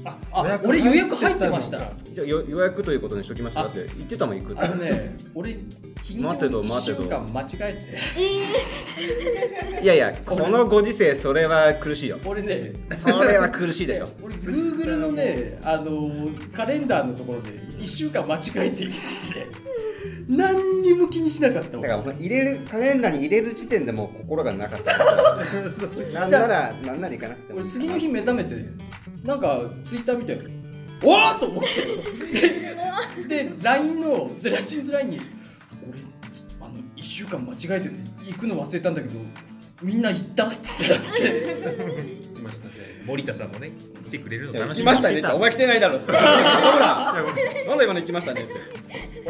S2: ああ俺予約入ってました
S3: じゃあよ予約ということにしときましただって言ってたもん行くって
S2: あのね 俺日にち
S3: 待てど
S2: を1
S3: 待て
S2: 週
S3: ど
S2: 間間違え
S3: いやいやこのご時世それは苦しいよ
S2: て俺ね
S3: それは苦しいでしょ
S2: 俺 Google のねあのカレンダーのところで1週間間違えて生きてて何にも気にしなかった
S3: だ
S2: わ
S3: からもう入れるカレンダーに入れる時点でもう心がなかった なんならなんなら行かなくても
S2: 俺次の日目覚めてなんかツイッター見ておーっと思ってでで LINE のゼラチンズ LINE に俺あの1週間間違えてて行くの忘れたんだけどみんな行ったっつってたっつって
S4: 来ましたね
S6: 森田さんもね来てくれ
S3: い
S6: るの
S3: や行
S6: 楽し
S3: き
S6: み
S3: ま
S6: に
S3: したね
S6: て
S3: ってお前来てないだろほらなんだ今の行きましたねって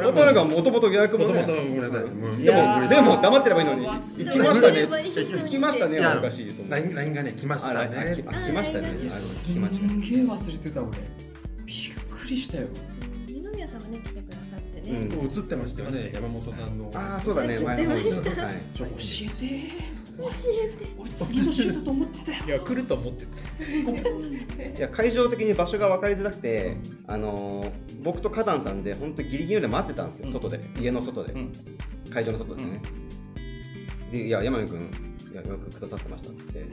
S3: トトルがもともと予約も
S7: も
S3: ね
S7: ともとごめんなさい。もう
S2: い
S3: でも
S2: やー
S3: でも黙ってればいいのに
S2: わ
S3: 行
S2: す
S3: き
S2: ごい
S3: ましたね
S1: 行きましたね
S3: 行きましたねはおかしいと思う
S7: LINE LINE がね来まし
S3: あ
S7: た
S3: らあき
S7: ね。
S3: あ来ましたねあの
S2: いや
S3: 来まし
S2: す
S3: た
S2: んげ
S3: ね
S2: え忘れてた俺びっくりしたよ
S1: 二宮さんがね来てくださって
S3: う
S1: ね、
S3: ん
S7: そう映ってましたよね。
S4: 山本さんの
S3: ああそうだね前の方にはい
S2: ちょ教えて
S1: 教えて
S2: 俺次の週だと思ってたよ
S6: いや来ると思ってた
S3: いや会場的に場所が分かりづらくて、あのー僕と花壇さんで本当ギリギリで待ってたんですよ、
S2: うん
S3: 外で家の外 で、
S2: うん
S3: 会場の外でね、でいや山見君いやよくくださってましたって言って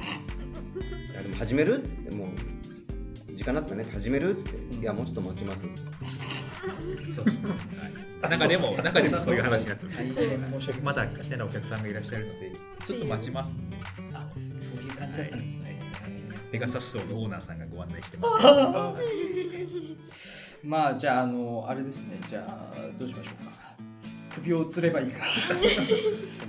S3: 「いやでも始める?」っつってもう時間だったね始めるっつって、
S2: ん
S3: いやもうちょっと待ちますって
S6: そうですねはい中でも中でもそういう話になってま
S2: 大変申し
S6: す
S2: 訳
S6: まだ来てないお客さんがいらっしゃるのでちょっと待ちます
S2: あそういう感じだったんですね、
S6: ペガサス層のオーナーさんがご案内してました
S2: まあじゃああのあれですねじゃあどうしましょうか首を吊ればいい か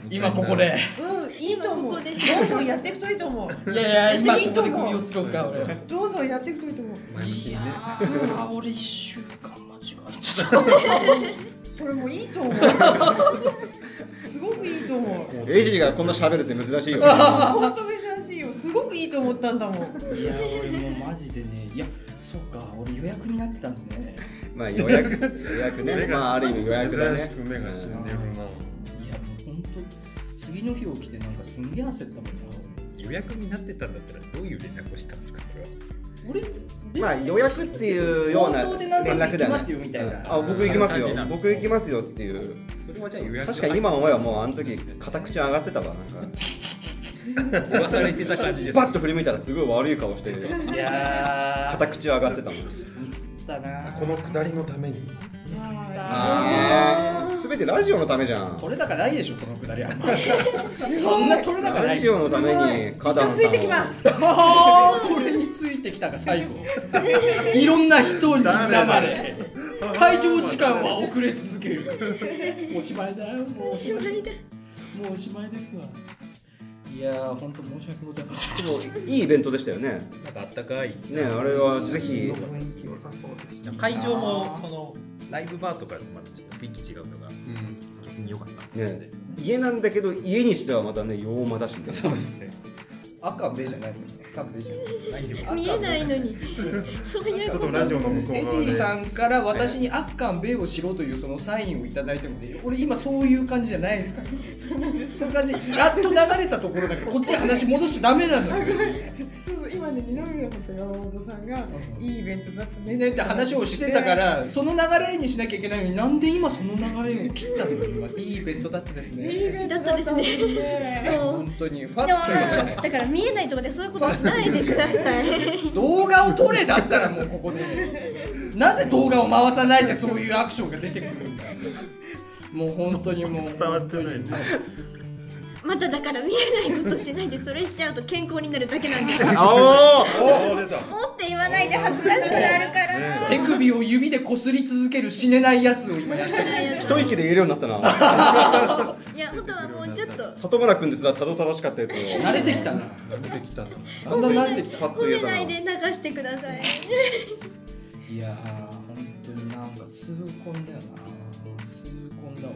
S2: 今ここ で
S5: うん、いいと思う。
S1: ここ
S5: ど
S1: で
S5: んどんやっていくといいと思う。
S2: いやいや今
S5: いい
S2: ことこで
S5: 思う
S2: 首を吊ろうか俺
S5: どんどんやっていくといいと思う。
S2: いやー俺一週間間違えてた
S5: それもいいと思う。すごくいいと思う。
S3: エイジがこんな喋るって珍 しいよ
S5: 本当珍しいよ。すごくいいと思ったんだもん。
S2: いや俺もうマジでねいやそうか俺予約になってたんですね
S3: まあ予約予約ねまあある意味予約だ
S7: 珍
S3: ね
S7: しく目が死んでるな
S2: いやも。う本当次の日起きてなんかすんげえ焦ったもんな
S6: 予約になってたんだったらどういう連絡をしたんですかこれは
S2: 俺
S3: まあ予約っていうような
S2: 口頭でなんと
S3: 連
S2: なく行
S3: 絡で
S2: き
S3: は
S2: ま
S3: ない
S2: すよみたいな
S3: あ僕行きますよ
S6: あの感じなんだ
S3: 僕行きますよっていう
S6: それはじゃあ予約
S3: 確かに今思えばもうあの時片口上がってたわなんか
S6: 言わされてた感じです
S3: バッと振り向いたらすごい悪い顔してる
S2: いやー
S3: 片口上がってたもん
S2: ミスったな
S7: この下りのために。
S3: あー全てラジオのためじゃん
S2: 取れ高ないでしょこのく だりあんまりそんな取れ高な
S3: ラ
S2: い
S3: ジオのために花壇さんを
S5: 一緒ついてきます。
S2: あ ーこれについてきたか最後いろんな人に恨まれ会場時間は遅れ続けるおしまいだよもうおしまいもうおしまいですわいやー本当申し訳ございませんでした
S3: いいイベントでしたよね
S6: なんかあったかい
S3: ねあれはぜひ
S7: 雰囲気良さそうでし
S6: 会場もそのライブバーとかとまたちょっと雰囲気違うのが逆に良かった
S3: ね家なんだけど家にしてはまたね洋間だしね
S6: そうですね
S2: 赤目じゃないもんね多分じゃ
S6: 何より
S2: ない
S1: 見えないのにそうい
S7: ち
S1: う
S7: ょ
S1: こ
S7: っと
S1: と
S7: ラジオの向こう
S2: エジ
S7: 側
S2: リ
S7: で。
S2: さんから私に「あっかんべをしろ」というそのサインをいただいてもね俺今そういう感じじゃないですからそういう感じやっと流れたところだからこっちに話戻しちゃダメなんだよ
S5: そう今ね二宮さんと山本さんが
S2: ん
S5: いいイベントだったね
S2: ねって話をしてたからその流れにしなきゃいけないのになんで今その流れを切ったの今いいイベントだったです
S5: いいイ
S2: ね
S5: ベントだったもんね。
S1: もう
S2: 本当にフ
S1: で
S2: ァ
S1: も
S2: ッと言わない
S1: だから見えないとこでそういうことしないでください
S2: 動画を撮れだったらもうここでなぜ動画を回さないでそういうアクションが出てくるんだもう本当にもう
S7: 伝わってない。
S1: まただから見えないことしないでそれしちゃうと健康になるだけ なんです
S3: あおー
S7: お出た。
S1: 持って言わないで恥ずかしくなるから、
S2: 手首を指でこすり続ける死ねないやつを今やってる
S3: 一息で言えるようになったない
S1: や本当はもうちょっと
S3: 里村君ですらたどたどしかったやつ
S2: 慣れてきたな
S7: 出てきたの。
S2: だんだん慣れてきた
S3: をパッと
S1: 褒
S3: 言え
S1: め
S3: たな
S1: ないで流してください
S2: いやー本当になんか痛恨だよな痛恨だわ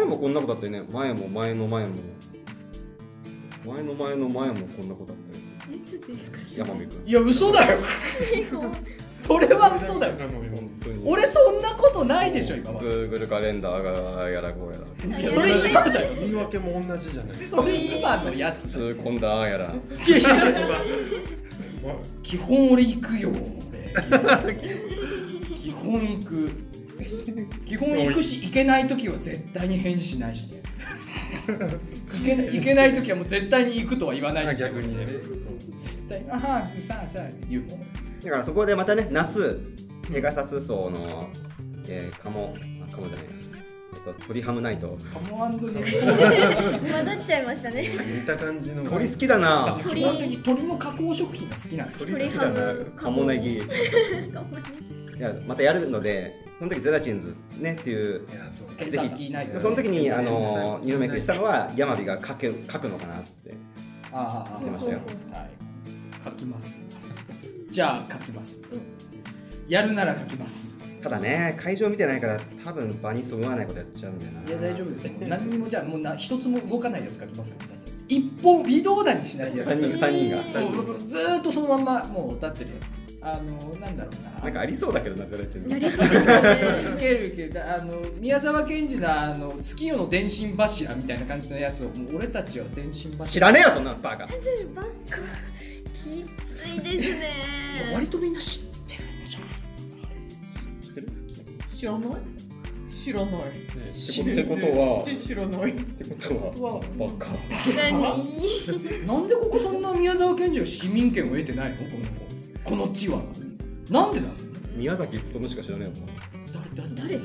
S3: 前もこんなことあってね前も前の前も前の前の前もこんなことあって
S1: いつですか
S3: 山見君
S2: いや嘘だよそれは嘘だよ
S3: 本当に
S2: 俺そんなことないでしょ今まで
S3: Google カレンダーがやらこうやら
S2: いやそれ今だよ
S4: 言い訳も同じじゃない
S2: それ今のやつだよ
S3: 痛恨だやら
S2: いやいやいや基本俺行くよ俺基本行く基本行くし行けない時は絶対に返事しないしね行けない行けない時はもう絶対に行くとは言わないし、ね、
S4: 逆にね
S2: 絶対あはさあさあ言うもん
S3: だからそこでまたね夏ペガサス層の、えー、カモあカモじゃないえっと鳥ハムナイト
S2: カモネ
S1: 混ざっちゃいましたね。
S4: 似た感じの
S3: 鳥好きだな
S2: 基本的に鳥の加工食品が好きなんだ
S3: 鳥好きだなカモネギいやまたやるのでその時ゼラチンズねっていう
S4: いやそう
S2: ケンタッキーナイト
S3: その時にあの二宮君さんはヤマビが書け書くのかなって
S2: ああ
S3: 言ってましたよ
S2: はい書きますじゃあ書きますやるなら書きます
S3: ただね会場見てないから多分場にそぐわないことやっちゃうんだよない
S2: いや大丈夫ですよもう何にもじゃあもうな一つも動かないやつ書きますからね一本微動だにしないやつ
S3: 3人三人が
S2: もうずーっとそのまんまもう立ってるやつあのなんだろう
S3: なんかありそうだけどなゼラチンズ
S1: やりそうですよね。
S2: 受ける受けるあの宮沢賢治のあの月夜の電信柱みたいな感じのやつをもう俺たちは電信柱
S3: 知らねえよそんなのバカ
S1: バカきついですね。
S2: いや割とみんな知ってるんじゃない
S5: 知らない知らない
S3: ってことは
S5: 知らない
S3: ってことはバカ
S1: 何？
S2: なんでここそんな宮沢賢治が市民権を得てないのこのこの地はなんでだ
S3: 宮崎勤しか知らねえもん
S2: 誰誰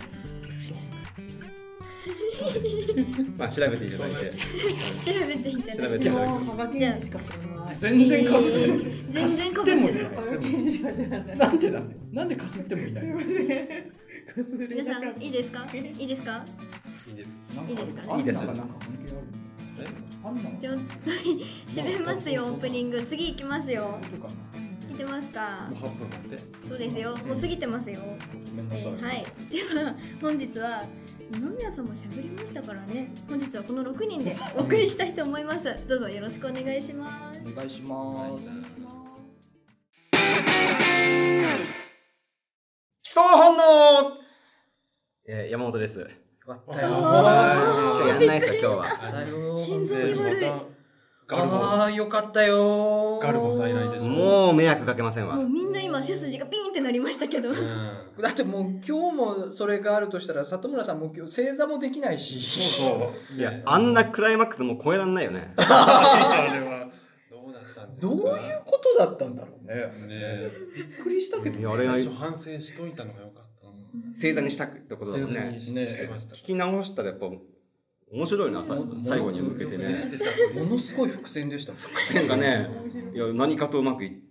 S3: まあ調べていただいて
S1: 調べていた
S3: 調
S1: だ
S3: べ
S1: い
S3: てい
S1: て
S3: た。だ
S5: あ
S3: いて
S5: ハガケンしか知らない
S2: 全然かぶってない、
S1: 全然被ってない
S2: かすっても
S5: ハガケンしか知らない
S2: いないなんでだなんでかすってもいない
S1: 皆さんいいですか？いいですか？
S4: いいです
S1: いいですかね
S2: あ
S3: いいです
S2: なんなんか関係あるあんなの
S1: ちょっと閉めますよオープニング。次行きますよ。
S2: とか
S1: 聞いてますか
S4: もう？8分なんで
S1: そうですよ。もう過ぎてますよ。
S2: ごめん
S1: え
S2: なさい、
S1: ーはい。では本日は二宮さんも喋りましたからね。本日はこの6人でお送りしたいと思います。どうぞよろしくお願いします。
S2: お願いします
S3: 基礎本能えー、山本です
S6: かったよ
S3: 今日やんないっすか今日は
S6: だよ
S1: 心臓に悪い。
S4: またガルボ
S6: ああよかったよ
S4: ガルボ再来でしょ
S3: もう迷惑かけませんわ
S1: もうみんな今背筋がピーンってなりましたけど。
S4: う
S1: は
S4: ん
S2: だってもう今日もそれがあるとしたら里村さんも今日正座もできない
S4: そう
S2: し
S4: そう
S3: いやあんなクライマックスもう超えらんないよね
S4: あれはどうなったんですか
S2: どういうことだったんだろうね
S4: ねえ
S2: びっくりしたけど
S3: いやあれ
S4: 最
S3: が
S4: 初反省しといたのが良かった
S3: 正座にしたってことだも
S4: 先
S3: ん
S4: 生
S3: ね
S4: にしてました
S3: 聞き直したらやっぱ面白いなさ
S2: も
S3: 最後に向けて
S4: よく
S3: ね
S4: できてた
S2: ものすごい伏線でした
S3: 線がねいや何かとうまくい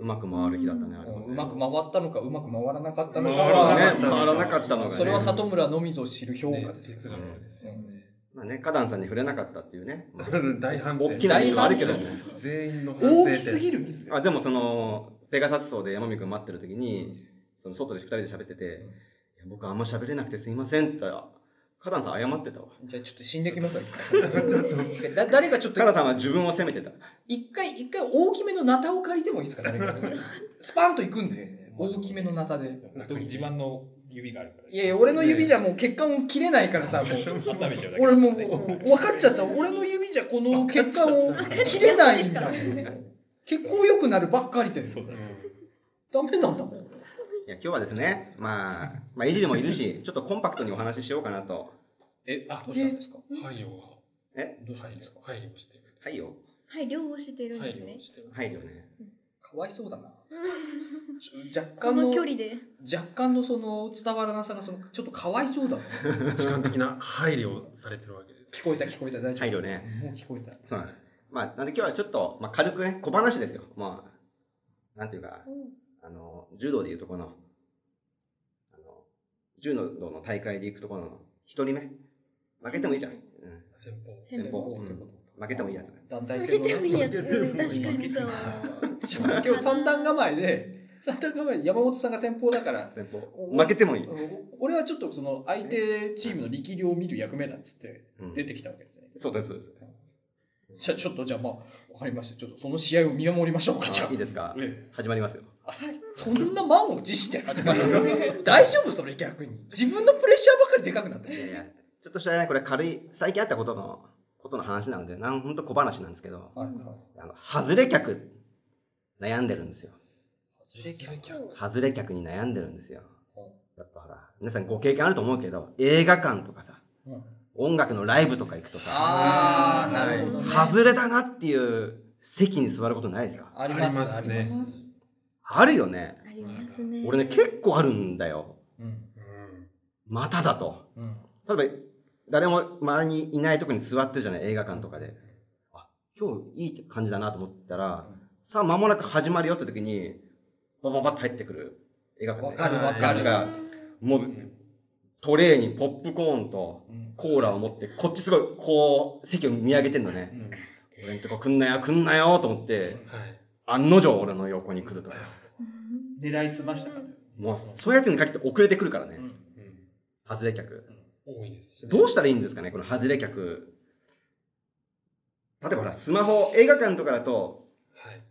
S3: うまく回る日だったねあれはね
S2: うまく回ったのかうまく回らなかったのか
S4: 回らな
S2: は
S4: かったの
S3: 回らなかったのがね
S2: それは里村のみぞ知る評価
S4: ね
S2: です
S4: 哲
S2: よ
S4: 学ですよね
S3: まあね花壇さんに触れなかったっていうね
S4: 大反省
S3: 大きなミスはあるけど
S2: 大反
S4: 全員の反省
S2: 大きすぎるミスです
S3: あでもそのペガサス層で山見君待ってる時にその外で二人で喋って
S2: うん
S3: て「いや僕あんま喋れなくてすいません」って言ったら花壇さん謝ってたわ
S2: じゃあちょっと死んできますわ一回だ誰かちょっと
S3: 花壇さんは自分を責めてた
S2: 一回一回大きめのナタを借りてもいいですか誰かスパンといくんで大きめのナタで
S6: 自慢の指があるから
S2: いやいや俺の指じゃもう血管を切れないからさもう
S6: 温めちゃうだけ
S2: 俺もう分かっちゃった俺の指じゃこの血管を切れないんだもん血行良くなるばっかりで
S6: そうだね
S2: ダメなんだもん
S3: いや今日はですねまあまあいじりもいるしちょっとコンパクトにお話ししようかなと
S2: え
S4: あ
S2: どうしたんですか
S4: 配慮は
S3: え
S2: どうしたんですか
S4: 配慮してる
S3: はいよ
S1: い、両方してるん
S4: 配
S1: ですね
S4: 慮。してる
S3: はいよね
S2: かわいそう だなちょ
S1: こ
S2: 若干の
S1: の距離で。
S2: 若干のその伝わらなさがそのちょっとかわいそうだな
S4: 時間的な配慮をされてるわけです
S2: 聞こえた聞こえた大丈夫
S3: 配慮ね
S2: もう聞こえた
S3: そうなんですまあなんで今日はちょっと、まあ、軽くね小話ですよまあなんていうかあの柔道でいうとこのあの柔道の大会で行くところの一人目負けてもいいじゃん、うん、
S4: 先方
S3: 先方
S2: うん
S3: 負けてもいいやつ
S2: 団体
S1: 負
S2: 戦
S1: け
S2: の
S1: てもいいやつ。確か
S4: 負け
S1: に
S4: て
S1: そ
S4: も
S1: う
S4: いい。
S2: 今日三段構えで三段構えで山本さんが先方だから
S3: 先
S2: お
S3: 方負けてもいい、
S2: お俺はちょっとその相手チームの力量を見る役目だっつって
S3: うん
S2: 出てきたわけですね。
S3: そうですそうです
S2: じゃあちょっとじゃあまあわかりました。ちょっとその試合を見守りましょうか。じゃ
S3: あいいですか
S2: あ。え
S3: 始まりますよ
S2: えそんな満を持して始まるの大丈夫それ逆に自分のプレッシャーばっかりでかくなった
S3: いやいや、ちょっとしたね、これ軽い、最近あったことの、ことの話なので、なん、ほんと小話なんですけど、
S2: はいはい
S3: あの、外れ客、悩んでるんですよ。
S2: 外れ客
S3: 外れ客に悩んでるんですよ。やっぱほら、皆さんご経験あると思うけど、映画館とかさ、
S2: うん
S3: 音楽のライブとか行くとさ、
S2: ああなるほどね
S3: 外れだなっていう席に座ることないですか
S2: ありますあ
S7: あり
S2: りま
S7: ますす
S3: あるよね。
S1: ありますね。
S3: 俺ね、結構あるんだよ。
S2: うん
S3: まただと。
S2: うん
S3: 例えば、誰も周りにいないとこに座ってるじゃない、映画館とかで。あ、今日いい感じだなと思ったら、さあ間もなく始まるよって時に、バババッと入ってくる映画館で
S2: わかるわか
S3: やつ
S2: る
S3: が、もう、トレーにポップコーンと
S2: うん
S3: コーラを持って、こっちすごい、こう、席を見上げてんのね。俺んとこ来んなよ、来んなよ、と思って、
S4: はい。
S3: 案の定俺の横に来るとか。
S2: 狙いすましたから
S3: もう、そういうやつに限って遅れてくるからね
S2: う、ん
S4: うん。
S3: 外れ客。
S4: 多いですしね
S3: どうしたらいいんですかね、この外れ客。例えばほら、スマホ、映画館とかだと、
S4: はい。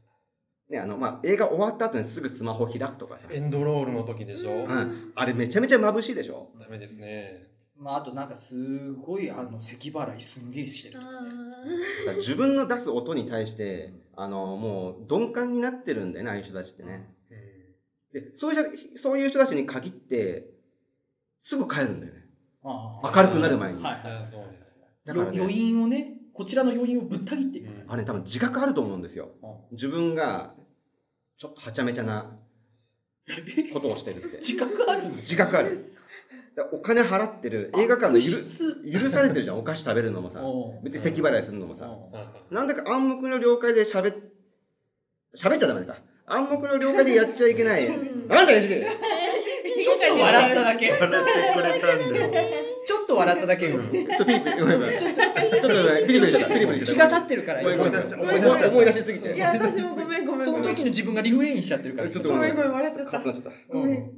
S3: ね、あの、まあ、映画終わった後にすぐスマホ開くとかさ、
S4: エンドロールの時でしょ
S3: う。ん、あれめちゃめちゃ眩しいでしょ
S4: ダメですね。
S2: まああとなんかすごいあの咳払いすんげえしてる
S1: あ
S2: とか
S3: さ自分の出す音に対して、あの、もう鈍感になってるんだよね、ああいう人たちってね。で、そういう人、そういう人たちに限って、すぐ帰るんだよね。
S2: あー
S3: 明るくなる前に。
S2: はい
S4: あそうです。
S3: だ
S2: よ
S3: からね
S2: 余韻をねこちらの余韻をぶった切っていく
S3: あれ多分自覚あると思うんですよ。自分が、ちょっとはちゃめちゃなことをしてる って。
S2: 自覚あるんです
S3: 自覚ある。だからお金払ってる、映画館
S2: の
S3: のゆる許されてるじゃん、お菓子食べるのもさ、別に咳払いするのもさ、なんだか暗黙の了解で喋っ、喋っちゃダメか。暗黙の了解でやっちゃいけない。なんだよ、ジ
S2: ちょっと笑っただけ
S7: 笑ってくれたんです。
S2: ちょっと笑っただけよ
S3: ちょっとピリピリ、ごめんごめん。ち
S2: ち
S3: ょ
S2: ょ
S3: っ
S2: っと
S3: とごめん、ピリピリしちゃった、ピリピリし
S2: 気
S3: ち
S2: が
S3: ゃった。
S2: 立ってるから
S3: ごめんごめん
S2: 今
S7: 思い出しちゃった
S3: 思い出しすぎて。
S5: いや私もごめんごめん
S2: その時の自分がリフレインしちゃってるから
S3: ちょっと
S5: ご
S3: ごめ
S5: めん
S3: ん、
S5: ご
S3: カ
S5: めん笑っちゃ
S3: ッ
S5: っ
S3: と
S5: た
S3: なっちゃった。だか
S5: ごめん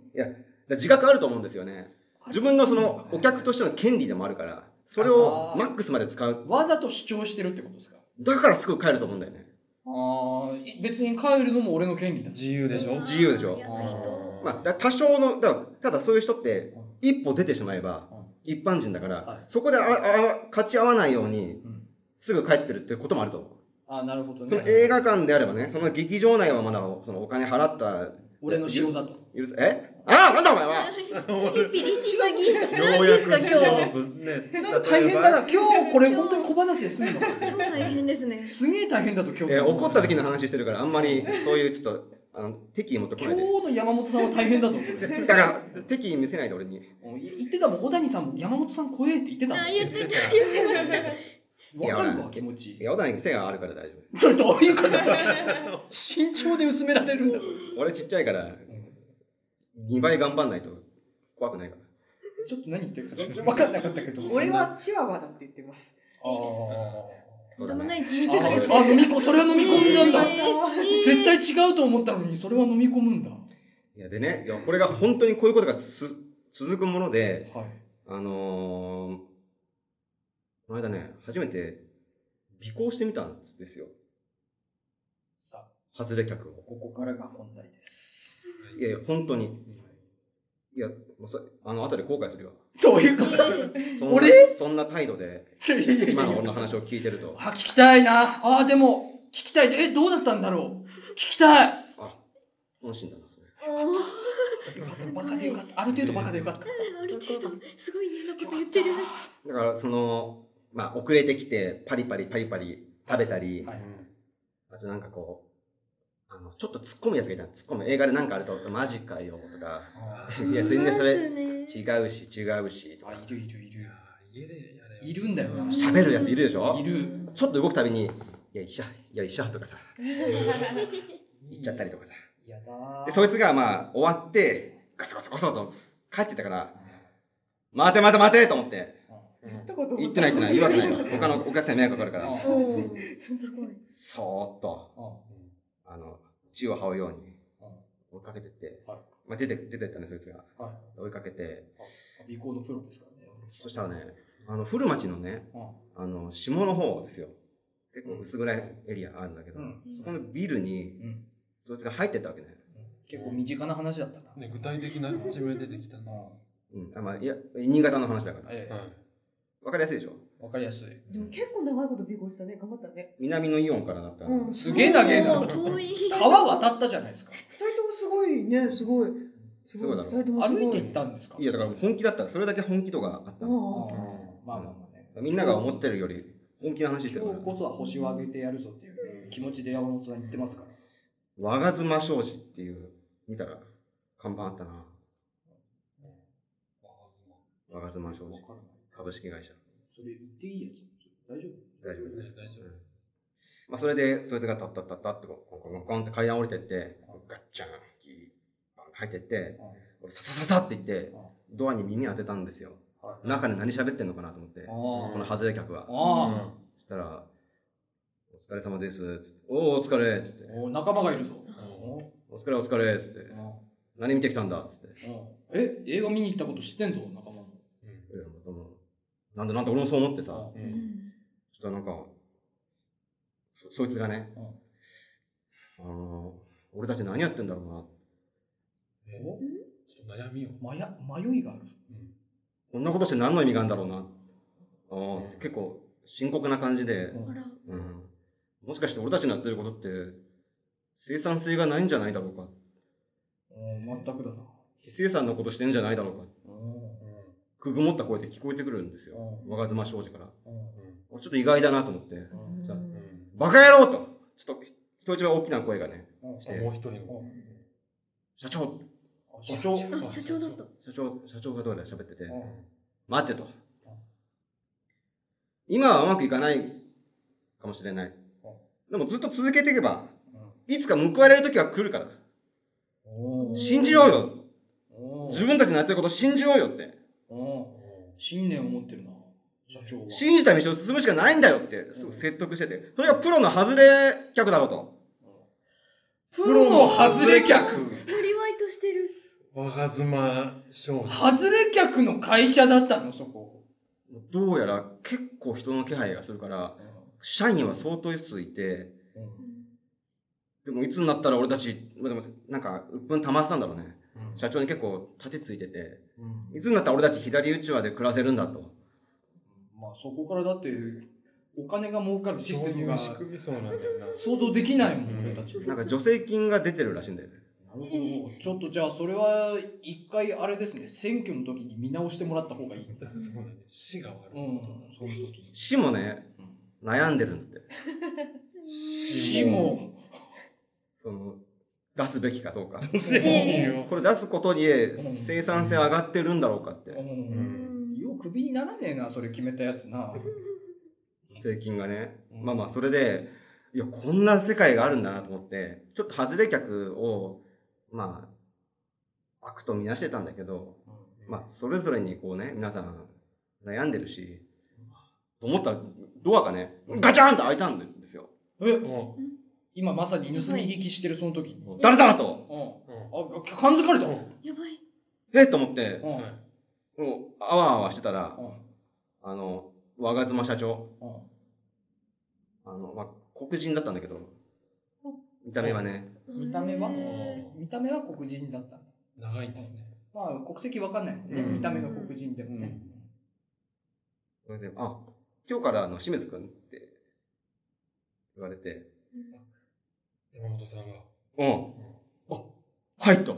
S3: ら自覚あると思うんですよね。自分のその、お客としての権利でもあるから、それをマックスまで使う。
S2: わざと主張してるってことですか
S3: だからすぐ帰ると思うんだよね。
S2: ああ別に帰るのも俺の権利だ
S4: 自由でしょ
S3: 自由でしょ
S1: 嫌な人
S3: まあ、だから多少の、だからただそういう人って
S2: うん、
S3: 一歩出てしまえば
S2: うん、
S3: 一般人だか
S2: はい
S3: ら、そこでああ勝ち合わないように
S2: うん、
S3: すぐ帰ってるっていうこともあると思う。
S2: あなるほど
S3: その
S2: ね
S3: 映画館であればね、その劇場内はまだ、そのお金払った、
S2: 俺の仕事だと
S3: 許す、えああなんだお前は
S1: ピリピリしすぎ。
S7: よ
S1: 何
S7: う
S1: で
S7: や
S1: す
S7: く
S1: か今
S7: 資
S1: 日。
S7: 料とね。
S2: なんか大変だな今日これ本当に小話で済むのか
S1: 超大変ですね。
S2: すげえ大変だと今日
S3: えー怒った時の話してるから、あんまり、そういうちょっと、あの、敵意持ってこ
S2: 今
S3: ないで。
S2: 日の山本さんは大変だぞこれ
S3: だから、敵意見せないで俺に。
S2: うんい言ってたもん小谷さんも山本さん怖えって言ってたも
S1: あ
S2: ん
S1: 言ってた言ってました。
S2: わかるわ気持ち
S3: いや、小田に背があるから大丈夫。
S2: それどういう こと身長で薄められるんだ
S3: 俺ちっちゃいから、2倍頑張んないと怖くないから。
S2: ちょっと何言ってるか分かんなかったけど
S5: 俺はチワワだって言ってます
S2: あー
S1: と
S3: そう
S1: で
S3: んだ
S1: もな
S3: ね。
S1: い自由
S2: あ
S1: が
S2: ーあ飲み込それは飲み込んだんだ、
S1: えー
S2: 絶対違うと思ったのにそれは飲み込むんだ
S3: いや、でね、いやこれが本当にこういうことがす続くもので、
S2: はい
S3: あのー、この間ね、初めて尾行してみたんですよ。
S2: さあ
S3: 外れ客を。
S2: ここからが本題です
S3: いやいや、本当に。いや、もうそあの、後で後悔するよ。
S2: どういうこと
S3: そんな
S2: 俺
S3: そんな態度で、
S2: ちょいやいやい
S3: 今の
S2: や
S3: 俺の話を聞いてる と、
S2: あ聞きたいなあーでも聞きたいえどうだったんだろう聞きたい
S3: あ、本心だな、それ。
S2: バカでよかったある程度バカでよかった
S1: ある程度すごい嫌なこと言ってる。
S3: だから、その、まあ、遅れてきて、パリパリパリパリ食べたり、
S2: はい
S3: あとなんかこう、あの、ちょっと突っ込むやつがいたの突っ込む。映画でなんかあると、マジかよ、とか。いや、全然それ、違うし、違うし、と
S2: あ
S3: か。
S2: いるいるいる
S4: 家でやれ
S2: いるんだよな
S3: 喋るやついるでしょ
S2: いる
S3: ちょっと動くたびに、いや、医者、いや、医者 とかさ、言っちゃったりとかさ。
S2: いやだー
S3: で、そいつがまあ、終わって、ガソガソガソと帰ってったから、待て待て待てと思って、
S5: 言ったこと
S3: 言ってないってない、言わけないと。他のお客さんに迷惑かかるから、
S2: うん
S1: おーすごい。
S3: そーっと、あの、血を這うように、追いかけてって、
S2: はい
S3: まあ、出て、出てったね、そいつが。
S2: はい
S3: 追いかけて、
S2: 美行のプロですからね
S3: そしたらね、あの、古町のね、あの、下の方ですよ。結構薄暗いエリアあるんだけど、
S2: うん
S3: そこのビルに、
S2: うん
S3: そいつが入ってったわけね。
S2: え結構身近な話だったな。
S4: ね、具体的な地名出てきたな。
S3: うん、あまあ、いや、新潟の話だから。
S2: ええ
S4: はい
S3: わかりやすいでしょ
S2: わかりやすい。
S5: でも結構長いこと尾行したね。頑張ったね。
S3: 南のイオンからだったら、
S5: うん。
S2: すげえ長えな
S1: もう遠い。
S2: 川渡ったじゃないですか。
S5: 二人ともすごいね。すごい。す
S3: そう
S5: ご
S3: だ
S5: い。二
S3: ろ
S5: 人ともすご
S2: 歩
S5: い。
S2: いて行ったんですか
S3: いや、だからもう本気だったら、それだけ本気度があった
S5: う
S3: の。
S2: ああ
S5: ん。
S2: まあまあまあね。
S3: みんなが思ってるより、本気な話して
S2: 今
S3: る
S2: 日
S3: か
S2: こそは星をあげてやるぞっていう、気持ちで山本さん言ってますから。
S3: ら。わが妻商事っていう、見たら、看板あったな。わが妻商事
S2: わ。からない。
S3: 株式会社。
S2: それ言っていいやつ大丈夫
S3: 大丈夫
S4: ね大丈夫
S3: まあ、それで、そいつがタッタッタッタッって、こうコンコンコンって階段降りてって、ガッチャン、キー、バンって入ってって、ササササって言って、ドアに耳当てたんですよ。
S2: はい。
S3: 中で何喋ってんのかなと思って、この
S2: あ
S3: 外れ客は。
S2: あ。ああ。
S3: そしたら、お疲れ様です。つっておお、お疲れ。つって。
S2: お仲間がいるぞ。お
S3: お疲れ、お疲れ。つって。
S2: お
S3: 何見てきたんだ。つって。
S2: おえ、映画見に行ったこと知ってんぞ、仲間も。
S3: いやもうもうなんだなんだ、俺もそう思ってさ。
S2: あ
S3: そ
S5: うん
S3: したらなんか、そそいつがね、あのー、俺たち何やってんだろうな。
S2: お
S4: ちょっと悩みを。
S2: まや、迷いがあるぞ。
S3: こんなことして何の意味があるんだろうな。あー結構深刻な感じで、
S1: あら、
S3: うん、もしかして俺たちのやってることって生産性がないんじゃないだろうか。
S2: お全くだな。
S3: 非生産のことしてんじゃないだろうか。
S2: お
S3: くぐもった声で聞こえてくるんですよ。
S2: お
S3: 我が妻庄司から。
S2: お
S3: 俺ちょっと意外だなと思って。
S2: お
S3: じゃあ
S4: うん
S3: バカ野郎とちょっと人一倍大きな声がね。
S2: お
S4: あもう一人の。
S3: 社長
S2: 社長。
S1: あ社長だった。
S3: 社長社長がどうやら喋ってて。
S2: うん
S3: 待ってと。今はうまくいかないかもしれない。でもずっと続けていけば、いつか報われる時は来るから。
S2: お
S3: 信じようよ。
S2: お
S3: 自分たちのやってること信じようよって。
S2: お信念を持ってるな、社長は。
S3: 信じた道を進むしかないんだよって、すごい説得してて。それがプロの外れ客だろうと。
S2: プロの外れ客。
S1: なりわいとしてる。
S4: 若妻商事。
S2: 外れ客の会社だったの、そこ。
S3: どうやら結構人の気配がするから、社員は相当数いて、でもいつになったら俺たち、まあでもなんか、うっぷん溜まってたんだろうね。社長に結構盾ついてて、いつになったら俺たち左打ちわで暮らせるんだと。
S2: まあそこからだって、お金が儲かるシステム
S4: そうい
S2: が
S4: う仕組みそうなんだよな。
S2: 想像できないもん、俺たち。
S3: なんか助成金が出てるらしいんだよね。
S2: なるほど。ちょっとじゃあ、それは一回あれですね、選挙の時に見直してもらった方がいい。
S4: そうだね。死が悪
S2: う
S4: い。
S2: ん、その時に。
S3: 市もね、悩んでるんだって。
S2: 死も。
S3: その、出すべきかどうか。
S1: え
S3: これ出すことで生産性上がってるんだろうかって。
S2: うん
S1: うん
S2: ようクビにならねえな、それ決めたやつな。
S3: 税金がね。
S2: うん
S3: まあまあ、それで、いや、こんな世界があるんだなと思って、ちょっと外れ客を、まあ、悪とみなしてたんだけど、まあ、それぞれにこうね、皆さん悩んでるし、と思ったら、ドアがね、ガチャンと開いたんですよ。
S2: え、
S4: も
S2: 今まさに盗み聞きしてるその時に。
S3: 誰だと
S2: うん。
S4: う、うん
S2: あ、か感づかれた。うん。
S1: やばい。
S3: えっと思って、
S2: うん。
S3: もう、あわあわしてたら、
S2: うん。
S3: あの、我が妻社長、
S2: うん
S3: あの、まあ、黒人だったんだけど、見た目はね、
S2: 見た目は
S1: へ
S2: 見た目は黒人だった。
S4: 長いんですね。
S2: まあ、国籍わかんないもんね。
S3: うん
S2: 見た目が黒人でもね。
S3: それで、あ、今日からあの清水くんって言われて、
S4: 山本さんが。
S3: うん。あ、はいと。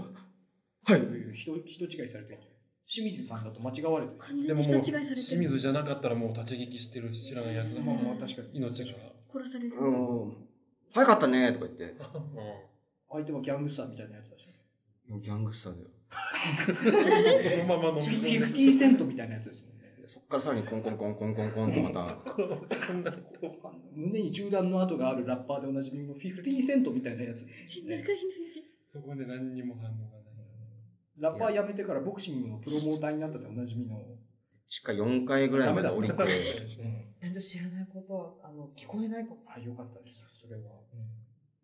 S3: はい。
S2: うん人人違いされてるじゃん。清水さんだと間違われてる
S1: ー。完全に人違いされてる。
S4: 清水じゃなかったらもう立ち聞きしてる知らないやつ
S2: まあまあ、確かに。
S4: 命が。
S1: 殺される。
S3: うん。早かったね、とか言って。
S2: 相手はギャングスターみたいなやつだし。
S3: ギャングスターだよ。
S4: そのまま飲み
S2: フ
S4: 込
S2: ィ
S4: ん
S2: フティセントみたいなやつですもんね。
S3: でそっからさらにコンコンコンコンコンコンとまた、
S2: 胸に銃弾の跡があるラッパーでおなじみのフィフティセントみたいなやつですもん
S1: 長い
S2: ね
S1: 長。い。
S4: そこで何にも反応がない。
S2: ラッパー辞めてからボクシングのプロモーターになったでおなじみの。
S3: 地下4階ぐらいまで降りて
S2: ダ、
S5: なんで知らないことは、あの、聞こえないこと。
S2: あ、よかったです。それは。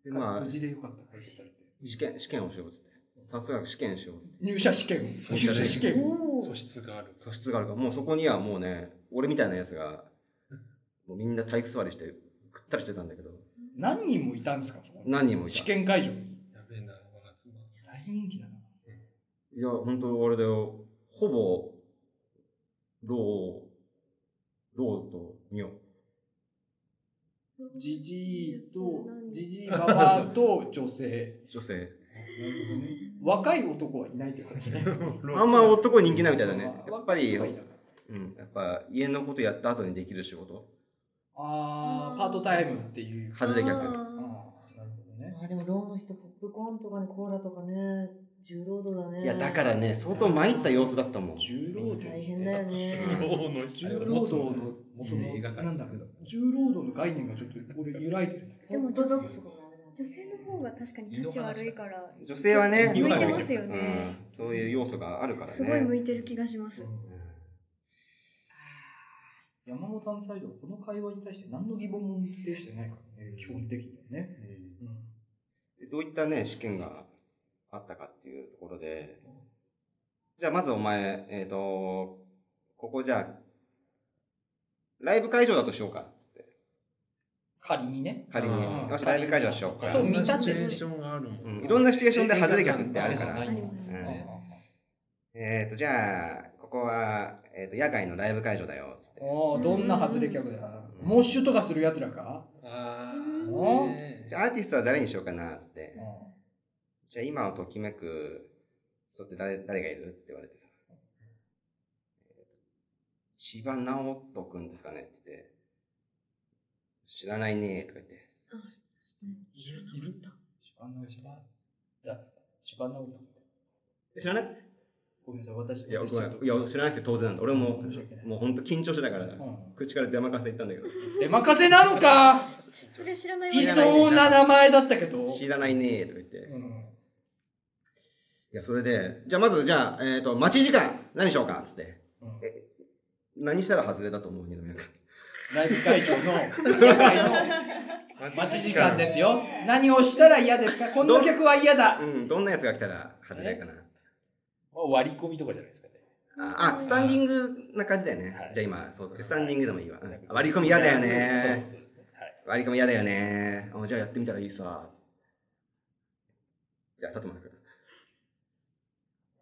S3: でま
S2: 無
S3: あ、
S2: 事でよかった。解決されて。
S3: 試験、試験をしようっつって。さすが試験しようっつって。
S2: 入社試験。入社試験。
S5: お
S4: 素質がある。
S3: 素質があるから、もうそこにはもうね、俺みたいなやつが、もうみんな体育座りして、くったりしてたんだけど、
S2: 何人もいたんですか、そこに
S3: 何人もいた。
S2: 試験会場に。
S4: やべえな、我が妻。
S2: 大人気だな。
S3: いや、本当あれだよ。ほぼ、ロー、ローとミョ。
S2: じじいと、じじいばばあ と女性。
S3: 女性。
S2: 若い男はいないって感 じね。
S3: あんま男人気ないみたいだね。やっぱ
S2: 若い
S3: り、
S2: 男がいたから
S3: うん、やっぱ家のことやった後にできる仕事。
S2: あー、パートタイムっていう。
S3: 外れ客。
S2: あーなるほどね。
S8: あでもローの人ポップコーンとかねコーラとかね重労働だね
S3: いや、だからね、相当参った様子だったもん。
S2: 重労働。
S8: 大変だよね
S2: 重労働の、もうその、
S6: 映画界
S2: なんだけど、重労働の概念がちょっと俺揺らいでるんだけど。
S8: ホットドッグとかもあれだね
S1: 女性の方が確かに立ち悪いから
S3: 女性はね、
S1: 向いてますよね、
S3: うん、そういう要素があるからね。
S1: すごい向いてる気がします
S2: 山本サイドはこの会話に対して何の疑問も呈してないからね、基本的にはね。うん
S3: どういったね、試験があったかっていうところで、じゃあまずお前、えっ、と、ここじゃあ、ライブ会場だとしようか。
S2: 仮にね。
S3: 仮に。
S2: うん
S3: よし、ライブ会場しようか。
S2: と
S3: う
S2: 見立て
S7: シチュエー
S2: て。
S7: ションがあるもん。
S3: ん、いろんなシチュエーションで外れ客ってあるから。
S1: あります
S3: うん
S2: あ
S3: えっ、と、じゃあ、ここは、えっ、と、野外のライブ会場だよ、つって。
S2: ーどんな外れ客だよ。モッシュとかするやつらか
S4: あ
S2: お
S4: ーね
S3: じゃあ、アーティストは誰にしようかな、つって
S2: う。ん
S3: じゃあ、今をときめく人って誰、誰がいるって言われてさ。千葉直人くんですかねって言って。知らないね、とか言って。
S4: いるいる
S2: 千葉直人。だっ千葉直人。
S3: 知らない
S2: ごめんなさい、私。
S3: いや、
S2: 私
S3: ご
S2: ち
S3: め
S2: ょっ
S3: ん
S2: と
S3: いや、知らなくて当然なんだ。俺も
S2: 申し訳ない、
S3: もう本当緊張してたから、
S2: うん
S3: 口から出まかせ言ったんだけど、
S2: 出まかせなのか
S1: それ知らない
S2: い
S1: わ
S2: そうな名前だったけど。
S3: 知らないね、とか言って。
S2: う
S3: い
S2: ん
S3: や、それで、じゃあまず、じゃあ、えっ、と、待ち時間、何しようか、つって。
S2: うん
S3: え何したら外れだと思う二宮君。
S2: ライブ会場の野外 の待ち時間ですよ。何をしたら嫌ですかこんな客は嫌だ。
S3: うん、どんなやつが来たら外れかな。
S6: 割り込みとかじゃないですかね。
S3: あ、あスタンディングな感じだよね。
S6: はい
S3: じゃあ今、そうそう、スタンディングでもいいわ。うん割り込み嫌だよね。
S6: そうそうですね。はい。
S3: 割り込み嫌だよね。あじゃあやってみたらいいさ。じゃあ、佐藤君。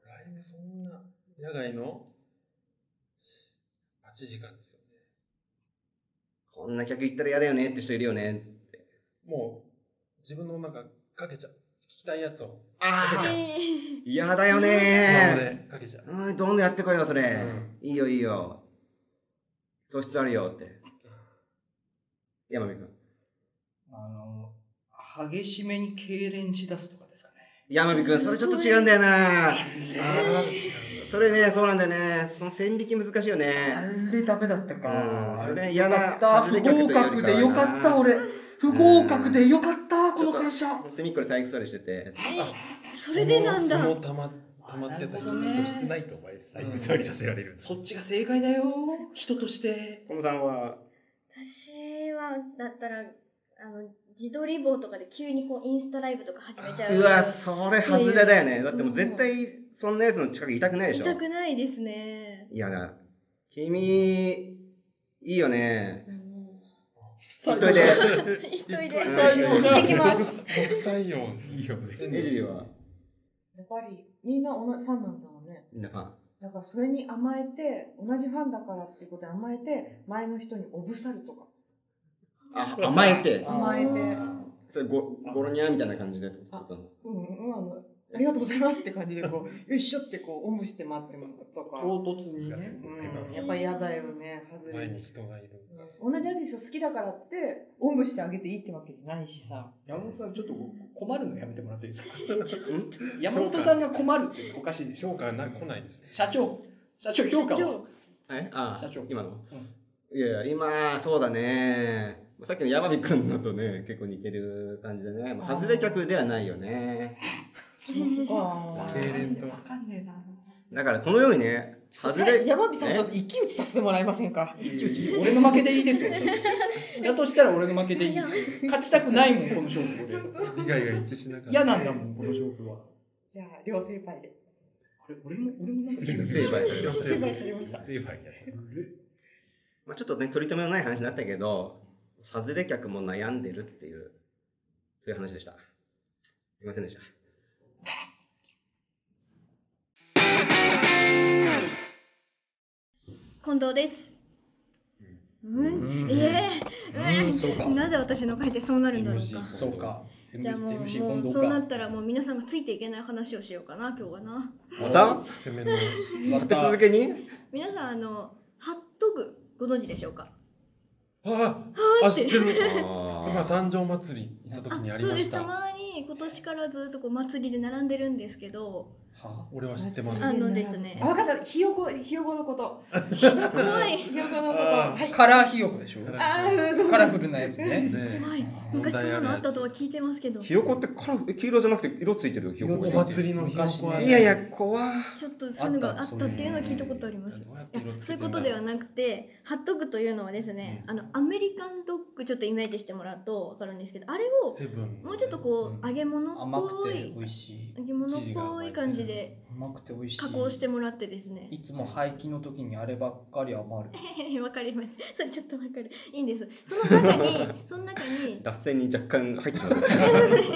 S4: ライブそんな野外の待ち時間ですよね
S3: こんな客行ったら嫌だよねって人いるよね。
S4: もう自分のなんかかけちゃう聞きたいやつを
S3: ああ
S1: え
S3: 嫌だよ
S4: スマホ
S3: ね
S4: でかけちゃう
S3: うん、どんどんやってこいよ、それ。
S4: う
S3: いいよ、いいよ。素質あるよって。山見君。
S2: あの、激しめに痙攣しだすとかですかね。
S3: 山見君、それちょっと違うんだよな。あーそれね、そうなんだよね。その線引き難しいよ
S8: あ
S3: ね。
S8: れダメだった
S3: うん
S8: か
S3: それ嫌
S2: よか
S3: な
S2: った。
S3: 外
S2: 不
S3: れ客という
S2: 合格で
S3: よりはな
S2: よかった、俺。不合格でよかった、この会社。
S3: 隅っこで体育座りしてて。
S1: それでなんだ
S4: そのたま溜まってた
S2: あなるほどね
S6: 素質ないとお前、最後座りさせられるんです。
S2: そっちが正解だよ。人として。
S3: このさんは、
S1: 私はだったらあの自撮り棒とかで急にこうインスタライブとか始めちゃう
S3: うわ、それ外れだよね。だってもう絶対、そんなやつの近くいたくないでしょ。
S1: 痛くないですね
S3: いやな。君、いいよね。
S2: さ
S3: 言っといて。
S1: 一人で
S3: うん
S1: 行ってきます
S4: 国際用いいよ
S3: エジリは
S8: やっぱりみんな同じファンなんだろうね
S3: みんなファン。
S8: だからそれに甘えて同じファンだからってことで甘えて前の人におぶさるとか
S3: あ、甘えて。
S8: 甘えて
S3: それゴ、ゴロニャーみたいな感じでってこと。
S8: うんうんあのありがとうございますって感じでこう よいしょってこうおんぶして待ってもらうとか、
S2: 唐突にね。
S8: うん、やっぱり嫌だよね外れ
S4: 前
S8: る
S4: に人がいる
S8: 同じアーティスト好きだからっておんぶしてあげていいってわけじゃないしさ
S2: 山本さん、ちょっと困るのやめてもらっていいですか
S3: ん
S2: 山本さんが困るっておかしいでしょ
S4: 評価な来ないです
S2: 社長、社長評価
S1: 社
S2: を
S1: 長。
S3: えあ
S2: 社長
S3: 今の
S2: うん。
S3: いやいや、今、そうだね。さっきの山火くんのとね、結構似てる感じだね。まあ外れ客ではないよね。
S8: そ
S3: 痙
S4: 攣と
S8: わかんねえな
S3: だから、このようにね、外れ、
S8: 山火さんと一騎打ちさせてもらえませんか
S2: 俺の負けでいいですよ。だとしたら俺の負けでいい。勝ちたくないもん、この勝負俺。
S4: 理解が一致しなかった
S2: 嫌なんだもん、この勝負は。
S8: じゃあ両成敗で
S2: あれ、俺も、俺もなんか一緒に
S3: 成敗される
S8: 成敗されました
S6: 成敗やね。
S3: まあちょっとね、取り留めのない話になったけど、外れ客も悩んでるっていう、そういう話でした。すいませんでした。
S1: 運動です。うん、ええ
S2: うんそうか
S1: なぜ私の回でそうなるんだろうか。
S2: そうか。
S1: じゃあもう
S2: M- MC 近
S1: もう
S2: 藤
S1: そうなっ
S2: か。
S1: たらもう皆さんがついていけない話をしようかな今日はな。
S3: また
S4: 攻めの
S2: ま
S3: 立て
S2: た
S3: 続けに
S1: 皆さんあのハットグご存知でしょうか。
S4: あ
S1: あ
S4: あ
S1: ーって
S4: 知ってるま
S3: あ
S4: あ三条祭り行った時にあり
S1: そう
S4: ま
S1: で
S4: し
S1: すた
S4: た
S1: まに今年からずっとこう祭りで並んでるんですけど
S2: は
S4: 俺は知ってます
S1: あのですね
S5: あ、わかった。ひよこ、ひよこのこと。
S1: 怖い
S5: ひよこのこと。
S4: あ
S5: はい。
S2: カラーひよこでしょ。
S5: あー、
S2: カラフルなやつね。
S4: ね
S1: 怖い
S2: あー
S1: 昔そんなのあったとは
S4: 問
S1: 聞いてますけど
S3: ひよこってカラフルえ黄色じゃなくて色ついてるよひよこ
S4: お
S2: 色つ
S4: 祭りのひよこはね
S3: いやいや怖
S1: ちょっとそういうのがあ
S2: あ
S1: っ
S2: った
S1: っていうのは聞いたことあります
S4: どうやっ
S1: い
S4: て
S1: や
S4: 色つけてんだろ
S1: そういうことではなくてハットグというのはですね、あのアメリカンドッグちょっとイメージしてもらうと分かるんですけどあれを
S4: セブン
S1: もうちょっとこう揚げ物
S2: 甘
S1: っぽ
S2: くて
S1: い
S2: 美味しい。
S1: 揚げ物っぽい感じで
S2: 甘くて美味しい。
S1: 加工してもらってですね
S2: いつも廃棄の時にあればっかり余 る。
S1: わかりますそれちょっとわかるいいんですその中に その中に
S3: い脱線に若干入ってしまった
S1: そ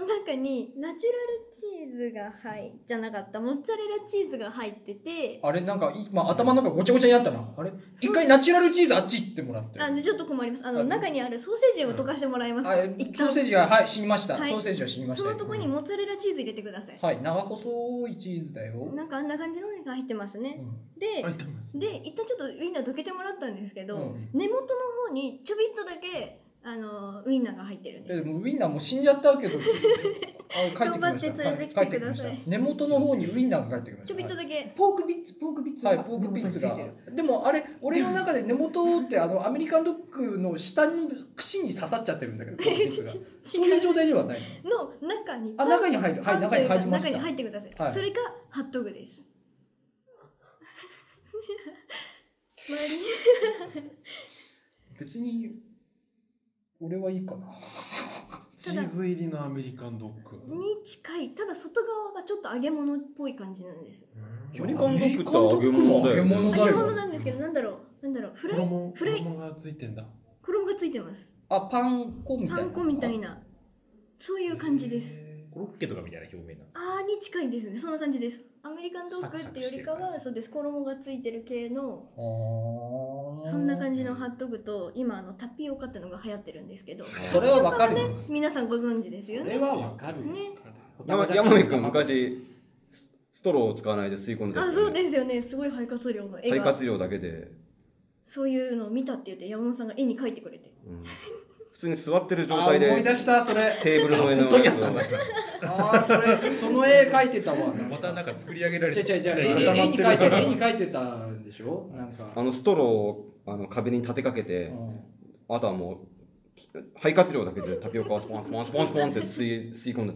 S1: の中にナチュラルチーズが入っじゃなかったモッツァレラチーズが入ってて
S2: あれなんか今頭の中ごちゃごちゃになったな。あれ一回ナチュラルチーズあっち行ってもらって。
S1: あのちょっと困りますあの
S2: あ
S1: 中にあるソーセージを溶かしてもらえます
S2: あ
S1: か、
S2: え
S1: 一
S2: ソ
S1: 旦
S2: ーセージがはい死にました、
S1: はい
S2: ソーセージは死にまし
S1: そ
S2: た
S1: のとこにモッツァレラチーズ入れてください、
S2: はい長細いチーズだよ、
S1: なんかあんな感じのが入ってますね、
S2: う
S1: で
S4: 入ってます
S1: で一旦ちょっとウインナーどけてもらったんですけど、
S2: うん
S1: 根元の方にちょびっとだけあのウインナーが入ってるん
S2: ん、
S1: です
S2: でもウインナーもう死んじゃったけどあ帰ってきました
S1: 頑張って連れてきてください
S2: は帰ってきました根元の方にウインナーが帰ってきました
S1: ちょびっと
S2: はい
S1: だけ、
S5: ポークビッツ、ポークビッツが。
S2: はい、ポークピッツがでもあれ俺の中で根元ってあのアメリカンドッグの下に串に刺さっちゃってるんだけどポークピ ッツがそういう状態ではない
S1: の中に
S2: あ中に入るはい
S1: パン
S2: 中に入りまし
S1: 中
S2: た
S1: に入ってください、
S2: はい
S1: それかハットグです 周りに
S2: 別に俺はいいかな
S4: チーズ入りのアメリカンドッグ
S1: に近いただ外側がちょっと揚げ物っぽい感じなんです
S3: アメリカンドッグって揚げ
S2: も揚
S3: 物だ
S2: げ
S3: よね
S2: 物
S1: 揚
S2: だ
S1: げ
S2: よ
S1: 物なんですけどなんだろうなんだろうフライ
S4: 衣
S1: フライ
S4: 衣がついてんだ
S1: 衣がついてます
S2: あパン粉みたい
S1: パ
S2: な
S1: ン粉みたいなそういう感じです
S6: コロッケとかみたいな表面なんだ
S1: あーに近いですねそんな感じですアメリカンドッグっ
S6: サクサ
S1: て
S6: ク
S1: よ
S6: して
S1: り
S6: る
S1: か
S6: 感じ
S1: はそうです衣がついてる系のそ
S2: そ
S1: んな感じのハットグと今あのタピオカってのが流行ってるんですけど
S2: それはわかるよ。
S1: 皆さんご存知ですよ
S2: そ
S1: ね
S2: れはわかるよ。
S1: ね
S3: 山山根君昔スストローを使わないで吸い込んでたよ
S1: あ
S3: ね
S1: そうですよねすごい肺活量の絵
S3: 肺
S1: が
S3: 活量だけで、
S1: そういうのを見たって言って山本さんが絵に描いてくれて
S3: うん普通に座ってる
S2: あ
S3: 状態
S2: 思い
S3: で
S2: 出したそれ。
S3: テーブルの上の
S6: 本当にあったんだ
S2: ああそれその絵描いてたわ。
S6: またなんか作り上げられ
S2: じ
S6: て
S2: ゃじゃじゃ絵
S6: ね
S2: に絵に描いて絵に描いてたんでしょ。なん
S3: あ
S2: か。
S3: のストローをあの壁に立てかけて、
S2: うん
S3: あとはもう肺活量だけでタピオカをスポンスポンスポンスポンって吸い吸い込んで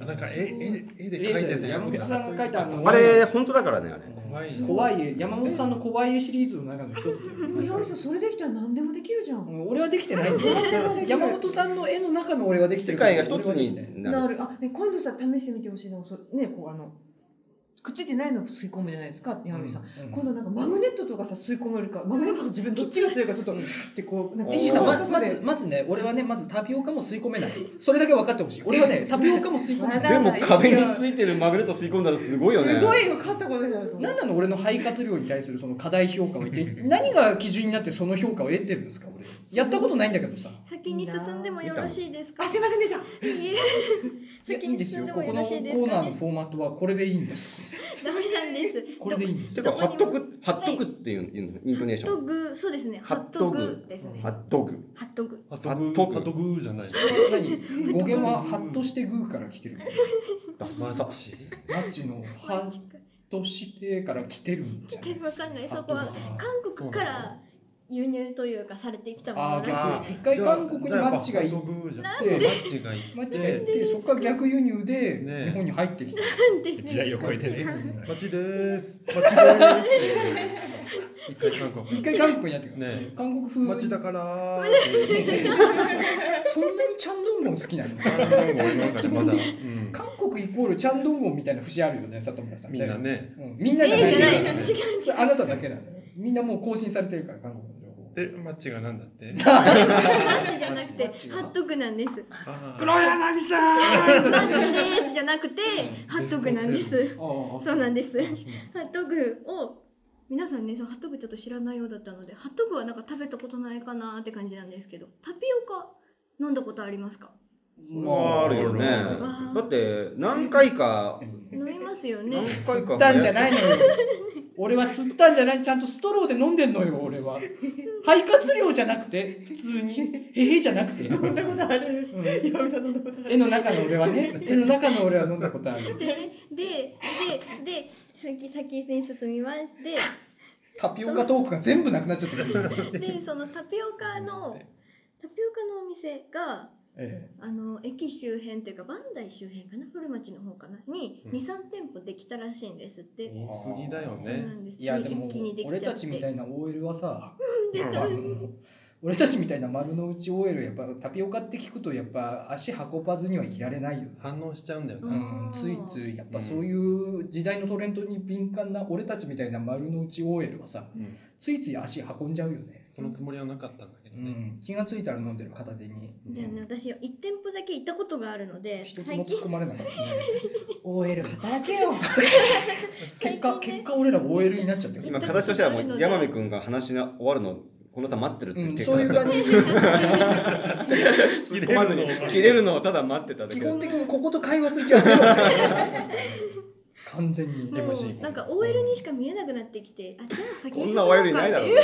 S3: た
S4: なんか絵絵絵
S2: 絵
S4: で
S2: で
S4: 描いてたやつ
S2: 山本さんが描いたあの
S3: あれ本当だからねあれ
S4: 怖い
S2: 怖い絵山本さんの怖い絵シリーズの中の一つだよ
S8: でも岩見さんそれできたら何でもできるじゃん。
S2: うん俺はできてないんだよ
S8: 何でもできる。
S2: 山本さんの絵の中の俺はできて
S3: 世
S2: るから
S3: 界が一
S2: 俺
S3: つ
S2: はできてない
S3: にな
S8: な
S3: る
S8: る。あ、ね今度さ試してみてほしいの。そねこうあのくっついてないの吸い込むじゃないですか。岩見さん。
S2: うん
S8: 今度なんかマグネットとかさ吸い込めるかマグネットと自分どっちが強いかちょっとってこうなんか
S2: えいいさんま
S8: こう
S2: まずまずね俺はねまずタピオカも吸い込めないそれだけ分かってほしい俺はねタピオカも吸い込めない
S3: でも壁についてるマグネット吸い込んだらすごいよね
S8: すごいよ勝ったことになると思う
S2: 何なの俺の肺活量に対するその課題評価を得て何が基準になってその評価を得てるんですか俺やったことないんだけどさ
S1: 先に進んでもよろしいですか
S8: あすいませんでした
S1: いえ
S2: いやい
S1: 先
S2: いん
S1: に
S2: です
S1: 進ん
S2: よ
S1: で
S2: こ
S1: も
S2: こ
S1: よ
S2: の
S1: ろ
S2: コ
S1: しいですか
S2: ーナーの
S1: ね
S2: フォーマットはこれでいいんです
S1: ダメなんです
S2: これでいいんです
S3: てかハットグハットグっていういうのイントネー
S1: ハ
S3: シ
S1: ッ
S3: ョ
S1: ト
S3: ン
S1: グそうですねハ
S3: ハ
S1: ッ
S3: ッ
S1: ト
S3: トグ
S1: グですね
S3: ハットグ
S1: ハットグ
S4: ハトグ
S3: ハトグ
S4: ハトグじゃない
S2: 何語源はハッとしてグーから来てる
S3: ダッ
S4: マ
S3: サ
S4: ッチ
S2: マッチのハッとしてから来てるんじゃない
S1: 全然わかんないそこは
S2: あ
S1: 韓国から輸入というかされてきたも
S2: あ
S1: の
S2: ー
S1: ら
S2: 逆
S1: しい
S2: に
S1: で
S2: 一回韓国にマッチが
S4: じゃ
S2: 行
S4: あ
S2: っ
S4: ハトグじゃな
S2: て
S4: マッチがい
S2: マッチが行ってそこから逆輸入で
S4: ねえ
S2: 日本に入ってきた
S1: す
S6: 時代を超えてね
S4: マッチでーすマッチでーす一回韓国
S2: 一回韓国にやってくる、
S4: ねえ
S2: 韓国風
S4: マッチだからー
S2: そんなにチャンドンゴン好きなの
S4: 韓国の中でまだうん
S2: 韓国イコールチャンドンゴンみたいな節あるよね里村さん
S4: みんな、ね
S2: うん、みん
S1: え
S2: な
S1: え
S2: じゃ
S1: じ
S2: な
S1: ゃ
S2: い
S1: ない違う
S4: ね
S1: 違
S2: そうれあなただけなのよみんなもう更新されてるから韓国の情報
S4: でマッチがなんだっ
S1: マ
S4: て
S1: ッチじゃなくて
S2: マッチが
S1: ハットグなんです
S4: あー
S2: 柳さんあ
S1: マッチですじゃなくてハットグなんです
S2: あ
S1: そうなんです
S2: あそうな
S1: ハッ
S2: んだ
S1: トグを皆さんねそのハットグちょっと知らないようだったのでハットグはなんか食べたことないかなって感じなんですけどタピオカ飲んだことありますか
S3: まあ、あるよね。
S1: わー
S3: だって、何回か、
S1: 飲みますよね
S3: 何回
S2: 吸
S3: か。
S2: ったんじゃないのよ俺は吸ったんじゃないちゃんとストローで飲んでんのよ俺は肺活量じゃなくて普通にへへじゃなくて
S5: 飲んだことある。岩見さん飲んだことある。
S2: 絵の中の俺はね絵の中の俺は飲んだことある
S1: でねででで先先に進みますで
S2: タピオカトークが全部なくなっちゃってる、
S1: でそのタピオカのタピオカのお店が
S2: え
S1: あの駅周辺というかバンダイ周辺かな古町の方かなに
S4: うん
S1: 23、店舗できたらしいんですって、
S4: 多すぎだよ
S1: そうな
S4: ね。
S1: んです
S2: え、いやで
S1: 一
S2: も
S1: 気にできちゃっ
S2: 俺
S1: て
S2: たちみたいな OL はさ
S1: で
S2: あの俺たちみたいな丸の内 OL やっぱタピオカって聞くとやっぱ足運ばずにはいられないよね
S4: 反応しちゃうんだよ
S1: う
S4: ね。
S1: ん
S2: うんついついやっぱそういう時代のトレンドに敏感な俺たちみたいな丸の内 OL はさ、
S4: うん
S2: ついつい足運んじゃうよね、
S4: そのつもりはなかったんだけ
S2: う
S4: どね。
S2: ん、気がついたら飲んでる片手に
S1: じゃあね私1店舗だけ行ったことがあるので
S2: 一つも
S1: 最
S2: 突
S1: 近
S2: っ込まれなかったね
S8: OL 働けよ。
S2: 結
S1: 最
S2: 果
S1: 近ね
S2: 結果俺ら OL になっちゃってる、
S3: 今、形としてはもう、山見くんが話が終わるの、このさん待ってるって
S2: う、
S3: いうん結
S2: そう
S3: 果
S2: いう
S3: だっ
S2: 感じでしょ
S3: た突っ込まずに、切れるのをただ待ってただけ
S2: 基
S3: だった
S2: 本的にここと会話する気はゼロだね 完全に
S1: も
S4: MC
S1: うなんか OL にしか見えなくなってきてあじゃあ先
S3: こ
S1: に
S3: ん
S1: 進
S3: な
S1: もう
S3: ワイ
S1: かって
S3: ルドいないだろう
S1: いう
S3: ね。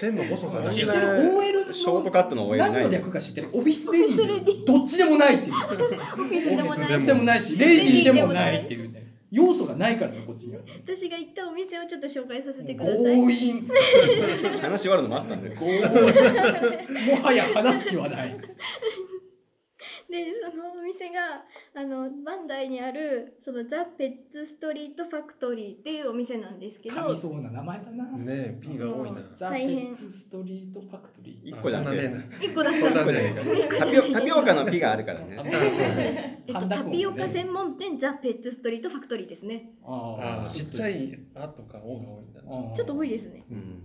S4: 線の細さが
S2: 知
S4: ね
S2: ってる OL の
S3: ショートカットの OL な
S2: 何
S3: い
S2: の
S3: んだ
S2: 略か知ってるオフィスレディ
S1: オフィスレデ
S2: ーどっちでもないっていう
S1: オフィスでもない
S2: オフィスでもないしレディーでもないっていうね要素がないからねこっちには
S1: 私が行ったお店をちょっと紹介させてください
S2: 強引
S3: 話終わるの待ってたんだよ。
S2: もはや話す気はない
S1: でそのお店があのバンダイにあるそのザ・ペッツ・ストリート・ファクトリーっていうお店なんですけど
S2: 噛みそうな名前だな
S4: ねえ、P が多いな。
S2: ザ・ペ
S1: 大変
S2: ッツ・ストリート・ファクトリー
S3: 一個じゃなくて、
S1: 一個だった
S4: そんなねえな。
S3: タピオタピオカのピがあるからね。
S1: えっと、タピオカ専門店ザ・ペッツ・ストリート・ファクトリーですね
S2: あ
S4: あ
S2: あ
S4: ーちっちゃい「あ」とか「お」が多いんだな。
S1: ちょっと多い
S2: で
S1: ですね
S3: うん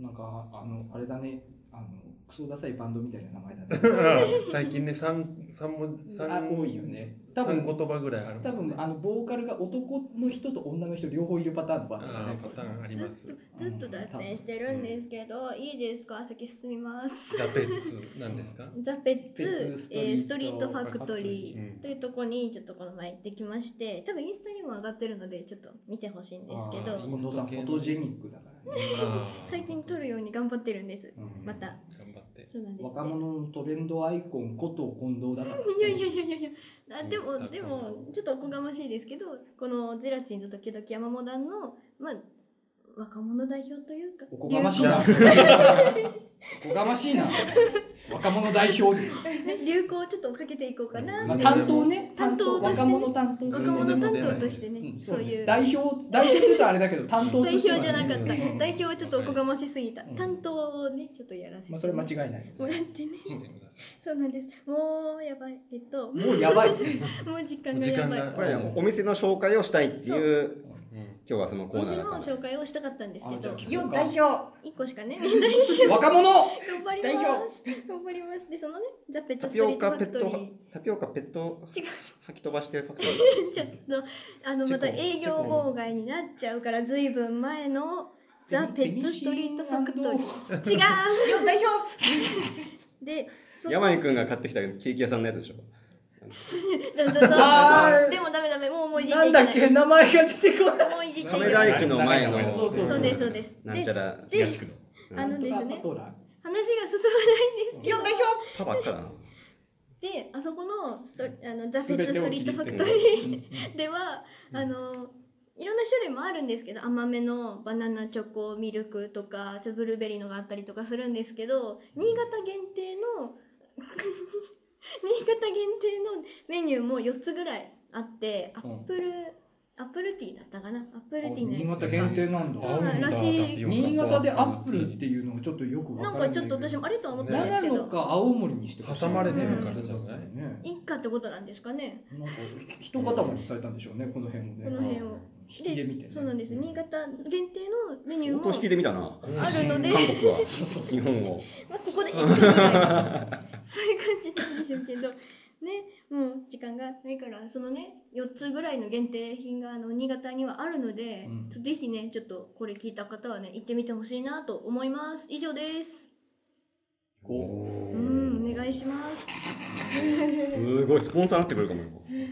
S2: なんかあのあれだねあのクソダサいバンドみたいな名前 だね
S4: 最近ね三三文三
S2: あ多いよね多
S4: 三
S2: 分
S4: 言葉ぐらいあるもんね
S2: 多分あのボーカルが男の人と女の人両方いるパターンのバンドだ
S4: あ
S2: ね
S4: ーパターンあり
S1: ずっ
S4: ます。
S1: とずっと脱線してるんですけど、いいですか先進みます
S4: ザペッツなんですか？
S1: ザ・ペッ
S2: ペッツ
S1: ツ
S2: ス、トリート
S1: えー、ストリート・ファクトリ
S4: ファクトリーう
S1: ー
S4: ん
S1: というとこにちょっとこの前行ってきまして多分インスタにも上がってるのでちょっと見てほしいんですけ
S2: あー
S1: ど
S2: 近藤さんフォトジェニックだからね、
S1: 最近撮るように頑張ってるんです
S2: うん
S1: また
S4: 頑張って。
S1: そうなんです、ね、
S2: 若者のトレンドアイコンこと近藤だから
S1: いやいやいやいやいやあで
S4: インスタ
S1: も
S4: か
S1: でもちょっとおこがましいですけどこのゼラチンズ時々山モダンのまあ若者代表というか
S2: おこがましいなおこがまし いな若者代表に、
S1: 流行,、ね、流行をちょっと追っかけていこうかな
S2: まあ、
S1: みたいな
S2: 担当ね
S1: 担当として
S2: 若者担当として
S1: 若
S2: ね
S1: 者担当としてね
S2: うん
S1: そういう代
S2: 代表代表って言うとあれだけど担当と
S1: 表
S2: して
S1: じ
S2: はね
S1: ゃなかった
S2: うん
S1: 代表はちょっとおこがましすぎた
S2: うん
S1: 担当をねちょっとやらせて、
S2: まあ、それ間違いない
S1: もらってね
S4: してくださ
S1: そうなんですもうやばいえっとも
S2: もうや ばい
S1: う時間がやばい
S4: 時間が
S3: これはねお店の紹介をしたいっていう
S4: い。うん
S3: 今日はその
S1: こ
S3: コ
S1: の
S3: ーナー
S1: 日
S3: だ
S1: の
S3: ったの
S1: 紹介をしたかったんですけ
S2: あじゃあ
S1: ど
S2: 聞
S8: 日
S2: こう
S8: 本代
S2: か
S8: 表。
S1: 一個しか ね
S2: 若者
S1: 頑張り
S8: 代
S1: ます。
S8: 表
S1: 頑張ります。で、そのね、ザ・ペット
S3: タ
S1: ス
S3: ピ
S1: トリー
S3: オ
S1: ト
S3: カ
S1: ファ
S3: ペ
S1: ク
S3: ッ
S1: ト
S3: ト
S1: リー。
S3: タピオカペット
S1: 違う
S3: 吐き飛ばしてファクトリ
S1: ちょっと、あの、
S4: チ
S1: ま
S4: ェコ
S1: た営業妨害になっちゃうから、ずいぶん前の。ザ・ペットストリートファクトリー。違
S8: 日本代表。
S1: う。 で、その
S3: ー山井くんが買ってきたケーキ屋さんのやつでしょ
S1: で もそうそう
S2: あ
S1: そ
S2: ー
S1: うでもダメダメ、もうもういじっちゃ
S2: ないん
S1: けな
S2: だ
S1: い。
S2: っけ名前が出てこない
S1: もういじっちゃい
S3: 亀
S1: けない。
S3: 田駅の前の
S2: そうそう
S1: そうです、そうです。
S3: なんちゃ
S1: で、
S3: ら
S1: で、
S6: 東区の
S1: あのです
S2: パ
S1: ね、
S2: トラ
S1: 話が進まないんですけ
S8: 日
S1: ど
S8: 本。代
S3: パばっかだな
S1: で、あそこのストあのザ・ペット
S2: 全て
S1: スト
S2: を切
S1: リー
S2: り
S1: トフ
S2: 捨
S1: ァ
S2: て
S1: ク
S2: る
S1: トリー。
S2: うん
S1: ではあのいろんな種類もあるんですけど甘めのバナナチョコミルクとかちょっとブルーベリーのがあったりとかするんですけど新潟限定の 新潟限定のメニューも4つぐらいあってアップル、アップルティーだったかなアップルティーの
S2: 新
S1: やつ
S2: 潟限定なん
S1: そう
S2: だ
S1: なんらしい
S2: 新潟でアップルっていうのがちょっとよくわか
S1: な
S2: ら
S1: ん
S2: ない
S1: かちょっと私もあれとは思ったんです
S2: 長
S1: け
S2: 野
S1: ど
S2: か青森にしてほしい
S4: 挟まれ
S1: てるから
S4: じゃない
S2: ね
S1: 一家ってことなんですかね
S2: なんかひ一塊にされたんでしょうねこの辺をね
S1: この辺を
S2: 引きで見てね
S1: そうなんです新潟限定のメニュー
S3: 相
S1: も
S3: 当引きで見たな
S1: あるので
S3: 韓国は
S2: そうそうそう
S3: 日本を
S1: まあ、ここでそういう感じなんでしょうけどもう時間がないからそのね4つぐらいの限定品があの新潟にはあるので、
S2: うん
S1: ちょぜひねちょっとこれ聞いた方はね行ってみてほしいなと思います以上です
S2: こ
S1: うんお願いします
S3: すごいスポンサーになってくるかも
S2: うい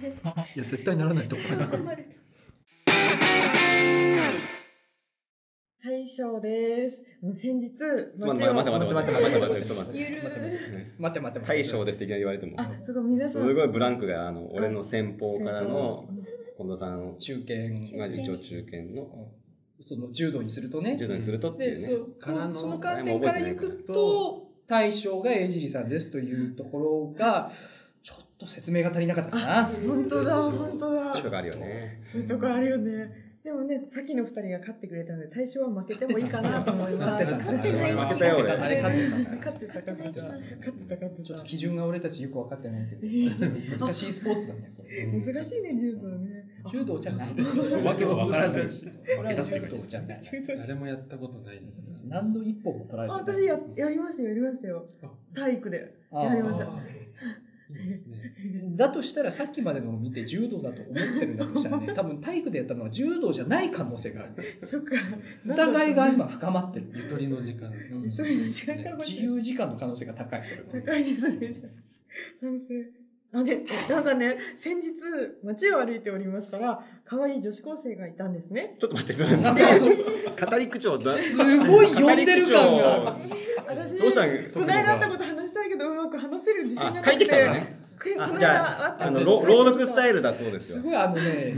S2: や絶対ならないと思う
S1: 頑張る
S5: はい、ショーです。もう先日、
S3: ちょっと待って待って待って待って待って待って待って待って
S5: ゆるー
S3: ね
S2: 待って待って待って
S3: 大将です的な言われても
S5: あ、すごい、皆
S3: す
S5: さん。
S3: ごいブランクがあの俺の先方からの近藤さん
S2: 中堅
S3: が一応中堅の
S2: その柔道にするとね
S3: 柔道にするとってい
S2: で
S3: うね
S2: そ
S4: から
S2: の
S4: の
S2: その観点からいくと大将が江尻さんですというところがちょっと説明が足りなかったかな。
S5: 本当だ、本当だ。
S3: 力があるよね
S5: そういうとこあるよね。でもね、さっきの二人が勝ってくれたので、大将は負けてもいいかなと思います。
S2: 勝っ てたんだ
S5: 勝ってない
S3: 負けたよ俺
S2: あれ勝ってたんだ
S5: 勝ってた、勝ってた。勝ってた、勝って
S2: ちょったと。基準が俺たちよく分かってないけど難しいスポーツなんだよこれ
S5: 難しいね、柔道ね。
S2: 柔道じゃない
S6: わけもわからずし。
S2: これは柔道じゃない
S4: 誰もやったことないですね。
S2: 何の一本も取ら
S5: あ
S2: れて
S5: 私や、やりましたよ、やりましたよ
S4: あ。
S5: 体育で。
S2: ああ
S5: やりました
S4: あーいい ですね。
S2: だとしたらさっきまでのを見て柔道だと思ってるんだとしたらね多分体育でやったのは柔道じゃない可能性がある
S5: そっか。
S2: 疑いが今深まってる
S4: ゆとりの時間。
S2: うん
S5: 一人の時間から
S2: 自由時間の可能性が高いそれは
S5: 高いですね。反省。あで、なんかね、先日、街を歩いておりましたら、可愛い女子高生がいたんですね。
S3: ちょっと待ってそれ
S2: なんか
S3: 語り口調だ
S2: すごい呼んでる感が
S5: 私、
S3: どうした
S5: こ
S3: ん
S5: の間あったこと話したいけど、うまく話せる自信
S3: あ
S5: がなくて。
S3: 帰ってきたのね
S5: こ
S3: あ
S5: の
S3: じゃ
S5: 間あった
S3: あ
S5: ん
S3: の
S5: です
S3: ろ朗読スタイルだそうです
S2: す
S3: よ
S2: ごいあのね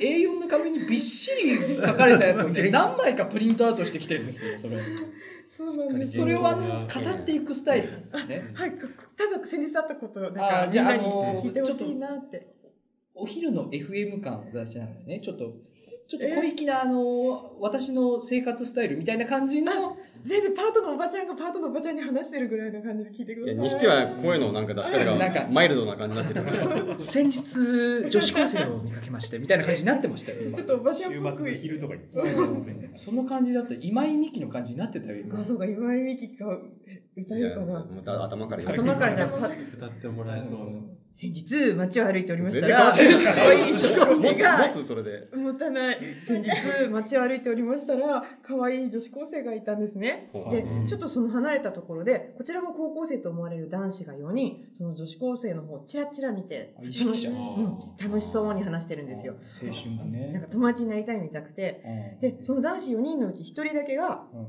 S2: A4 の紙にびっしり書かれたやつを ね何枚かプリントアウトしてきてるんですよそれ
S5: そうなんです。
S2: それをあの語っていくスタイルなんですね
S5: はい、こただ先日あったことだか
S2: あ
S5: ら、み
S2: じ
S5: ん
S2: ゃあ
S5: なに
S2: あの
S5: 聞いてほしいなって。
S2: お昼の FM 感を出しながらねちょっとちょっと小粋なあの私の生活スタイルみたいな感じの
S5: 全然パートのおばちゃんがパートのおばちゃんに話してるぐらいの感じで聞いてくだ
S3: いや
S5: さい。
S3: にしては声のなんか出し方
S2: なんか
S3: がマイルドな感じになってる
S2: 先日女子高生を見かけましてみたいな感じになってましたよ
S5: ちょっとおばちゃん
S6: 週
S5: っぽ
S6: 末
S5: く
S6: の。昼とかに 聞いてますね
S2: 今その感じだったら今井美樹の感じになってたよ今
S5: あ、そうか、今井美樹か、歌え
S3: い
S5: る
S3: や
S5: かな。
S3: また頭から
S5: 頭からじゃあパ
S4: 歌ってもらえそうな。
S5: 先日街を歩いておりまし
S3: 全
S5: た
S3: 然変
S5: ら
S3: わってない
S5: 可愛い女子高生が
S3: 持つ持つそれで
S5: 持たない先日街を歩いておりましたら可愛い女子高生がいたんですねで
S4: うん
S5: ちょっとその離れたところでこちらも高校生と思われる男子が4人その女子高生の方をチラチラ見て
S2: あ意識者
S5: うん楽しそうに話してるんですよ
S2: 青春だ
S5: なん
S2: ね
S5: か友達になりたいみたくて
S2: うん
S5: でその男子4人のうち1人だけが
S2: うん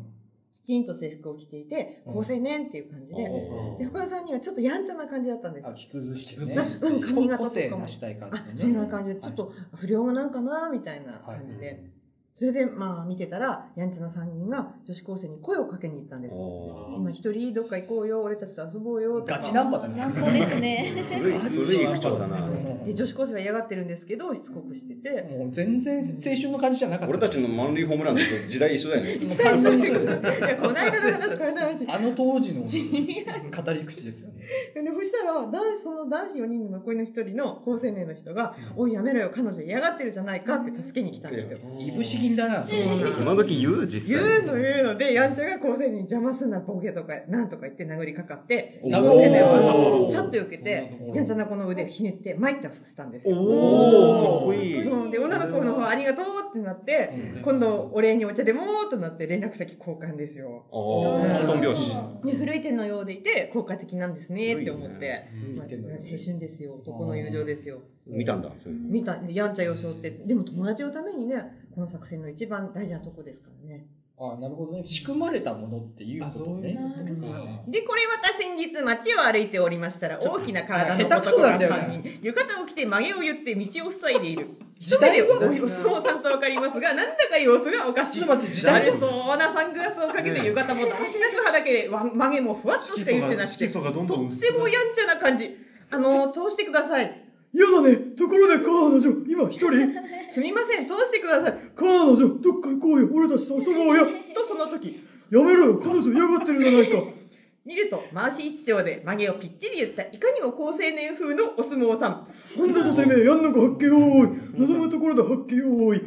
S5: きちんと制服を着ていて
S2: うん
S5: 高青年っていう感じで
S4: うん
S5: で他の3人はちょっとやんちゃな感じだったんです
S2: あ
S5: よ
S2: 着崩してね
S5: 着崩してうん髪型とかも
S2: 個性出したい感
S5: あ
S2: じ
S5: そ
S2: で
S5: ん
S2: ね
S5: な感じでちょっと不良なんかなみたいな感じでそれでまあ見てたらやんちゃな3人が女子高生に声をかけに行ったんです
S3: お
S5: 今一人どっか行こうよ俺たちと遊ぼうよとか
S2: ガチナンパだね
S1: ナンパです ね
S3: ー古い古い口調だな
S5: で女子高生は嫌がってるんですけどしつこくしてて
S2: もう全然青春の感じじゃなかった
S3: 俺たちの満塁ホームランと時代一緒だよね
S2: もう完全にそうです
S5: いやこの間の話これの話
S2: あの当時の語り口ですよね。
S5: でそしたら男子その男子4人の残りの1人の高青年の人が「 おいやめろよ彼女嫌がってるじゃないか」って助けに来たんですよ
S2: いぶし銀だな。それ
S3: 今時言う実
S5: 言
S3: 際
S5: うの言うのでやんちゃが高青年に邪魔すんなボケとかなんとか言って殴りかかって
S2: な
S5: 高青年
S2: お
S5: はさっと受けてやんちゃな子の腕をひねって参ったをさせたんですよ
S3: おおかっこいい
S5: そうで女の子の方はありがとうってなって今度お礼にお茶でもーとなって連絡先交換ですよ
S3: おおトントン拍子
S5: で古い手のようでいて効果的なんですねって思っ
S3: 古い
S5: て、まあ青春ですよ男の友情ですよ
S3: 見たんだそういうの
S5: 見たやんちゃ装ってでも友達のためにねこの作戦の一番大事なとこですからね
S2: あ、なるほどね。仕組まれたものっていうことね。
S5: でこれまた先日街を歩いておりましたら大きな体の
S2: 下手くそ
S5: 男
S2: な
S5: が
S2: んだよ
S5: 3人浴衣を着て曲げを言って道を塞いでいる
S2: 時代
S5: 一目
S2: は
S5: でおお相撲さんとわかりますがなんだか様子がおかしい
S2: ちょっと待って時
S5: だ
S2: 代
S5: るそうなサングラスをかけて浴衣もだらしなく裸でわ曲げもふわっとしか言ってなくて
S6: 色素がどんどん
S5: とっ
S6: 薄
S5: てもやんちゃな感じあの通してください
S2: 嫌だね。ところで彼女、今一人
S5: すみません通してください
S2: 彼女、どっか行こうよ。俺たち遊ぼうよ。
S5: とその時
S2: やめろよ。彼女嫌がってるじゃないか。
S5: 見ると回し一丁で曲げをぴっちり言ったいかにも高青年風のお相撲さん
S2: なんだとてめえ、やんのかはっけよーい。望むところだ、はっけよーい。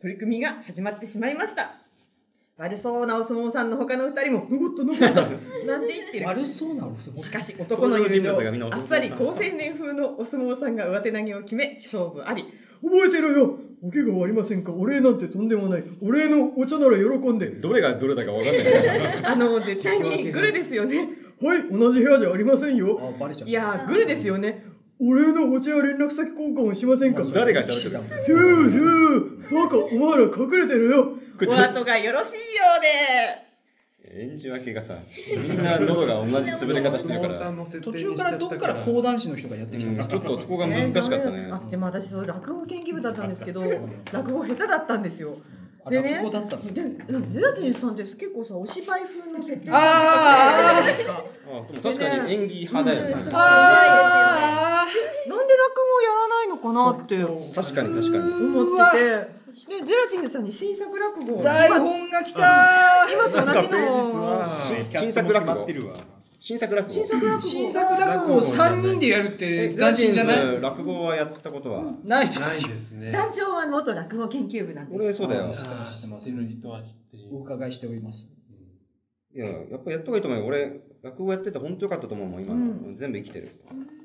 S5: 取り組みが始まってしまいました悪そうなお相撲さんの他の二人も「残った残った」なんて言ってる
S2: 悪そうなお相撲
S5: しかし男の友情あっさり高青年風のお相撲さんが上手投げを決め勝負あり
S9: 覚えてろよお怪我はありませんかお礼なんてとんでもないお礼のお茶なら喜んで
S3: どれがどれだか分かんない
S5: あの絶対にグルですよね
S9: はい同じ部屋じゃありませんよ
S2: あバレちゃう
S5: いやグルですよね
S9: お礼のお茶や連絡先交換をしませんか
S3: 誰がしゃべって
S9: るヒューヒューなんかお前ら隠れてるよ
S5: お後がよろしいようで
S3: 演じ分けがさ、みんな喉が同じ潰れ方してるから。、
S2: 途中からどっから講談師の人がやってきた、うん
S3: ちょっとそこが難しかったね。
S5: えー、あでも私そう落語研究部だったんですけど、落語下手だったんですよ。でね、
S2: 落語だったの。
S5: で、ゼラチンさんって結構さ、お芝居風の設定
S2: あ
S3: あ。確かに演技派だよね。
S5: ああ。なんで落語やらないのかなって。
S3: 確かに確か
S5: に。思ってて。ね、ゼラチンさんに新作落語
S2: 台本が来た
S5: 今と同じの
S3: 新作落語新作落語
S2: 新作落語を3人でやるって斬新じゃない
S3: 落語はやったことは
S2: ないです
S5: ね団長は元落語研究部なん
S3: 俺そうだよ
S2: 知ってます知ってますお伺いしております
S3: いややっぱやった方がいいと思うよ俺落語やってて本当よかったと思うもん今、うん、全部生きてる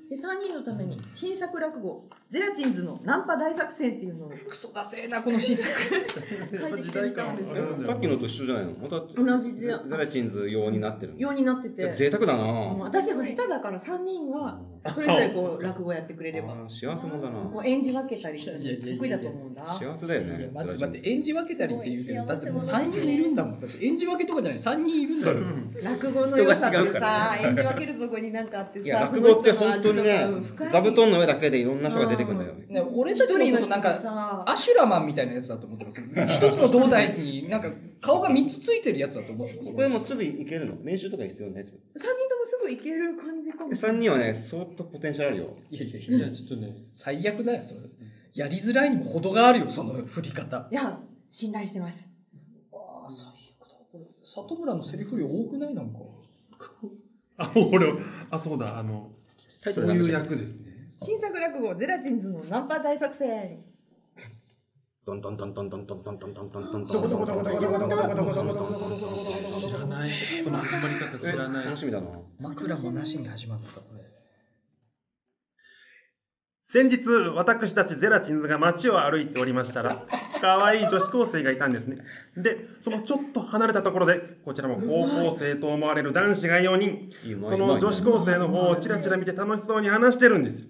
S5: で3人のために新作落語「ゼラチンズのナンパ大作戦」っていうのを
S2: クソだせえなこの新作
S4: 時代感
S3: さっきのと一緒じゃないのまた
S5: 同じゼ
S3: ラチンズ用になってる
S5: 用になってて
S3: 贅沢だな
S5: 私は下手だから3人がそれぞれこう落語やってくれれば
S3: 幸せもだな
S5: こう演じ分けたりして得意だと思うんだ
S3: 幸せだよね
S2: 待って待って演じ分けたりっていうけどだってもう3人いるんだもんだって演じ分けとかじゃない3人いるんだよ
S5: 落語の良さってさ演じ分けるとこになんかあってさ
S3: いや落語って本当にね、座布団の上だけでいろんな人が出てくるんだよ。ね、
S2: 俺たちのことなんか、アシュラマンみたいなやつだと思ってます。一つの胴体になんか顔が3つついてるやつだと思ってます。
S3: これもすぐいけるの練習とか必要なやつ。3人
S5: ともすぐいける感じかも。
S3: 3人はね、相当ポテンシャルあるよ。
S2: いやいやいや、ちょっとね、最悪だよ、それ。やりづらいにも程があるよ、その振り方。
S5: いや、信頼してます。
S2: ああ、最悪だ。これ、里村のセリフ量多くないなんか。
S4: あ、俺、あ、そうだ、あの、そういう役ですね。
S5: 新作落語、ゼラチンズのナンパ大作戦。
S3: どんどんどんどんどんどんどんどんどんどんどんどん
S4: どんどんどんどんどんどんどんどんどんどんどんどん知らない。その始まり方知らない。
S3: 楽しみだな。
S2: 枕もなしに始まったこれ。
S4: 先日、私たちゼラチンズが街を歩いておりました ら、可愛い女子高生がいたんですね。で、そのちょっと離れたところで、こちらも高校生と思われる男子が4人、その女子高生の方をチラチラ見て楽しそうに話してるんですよ。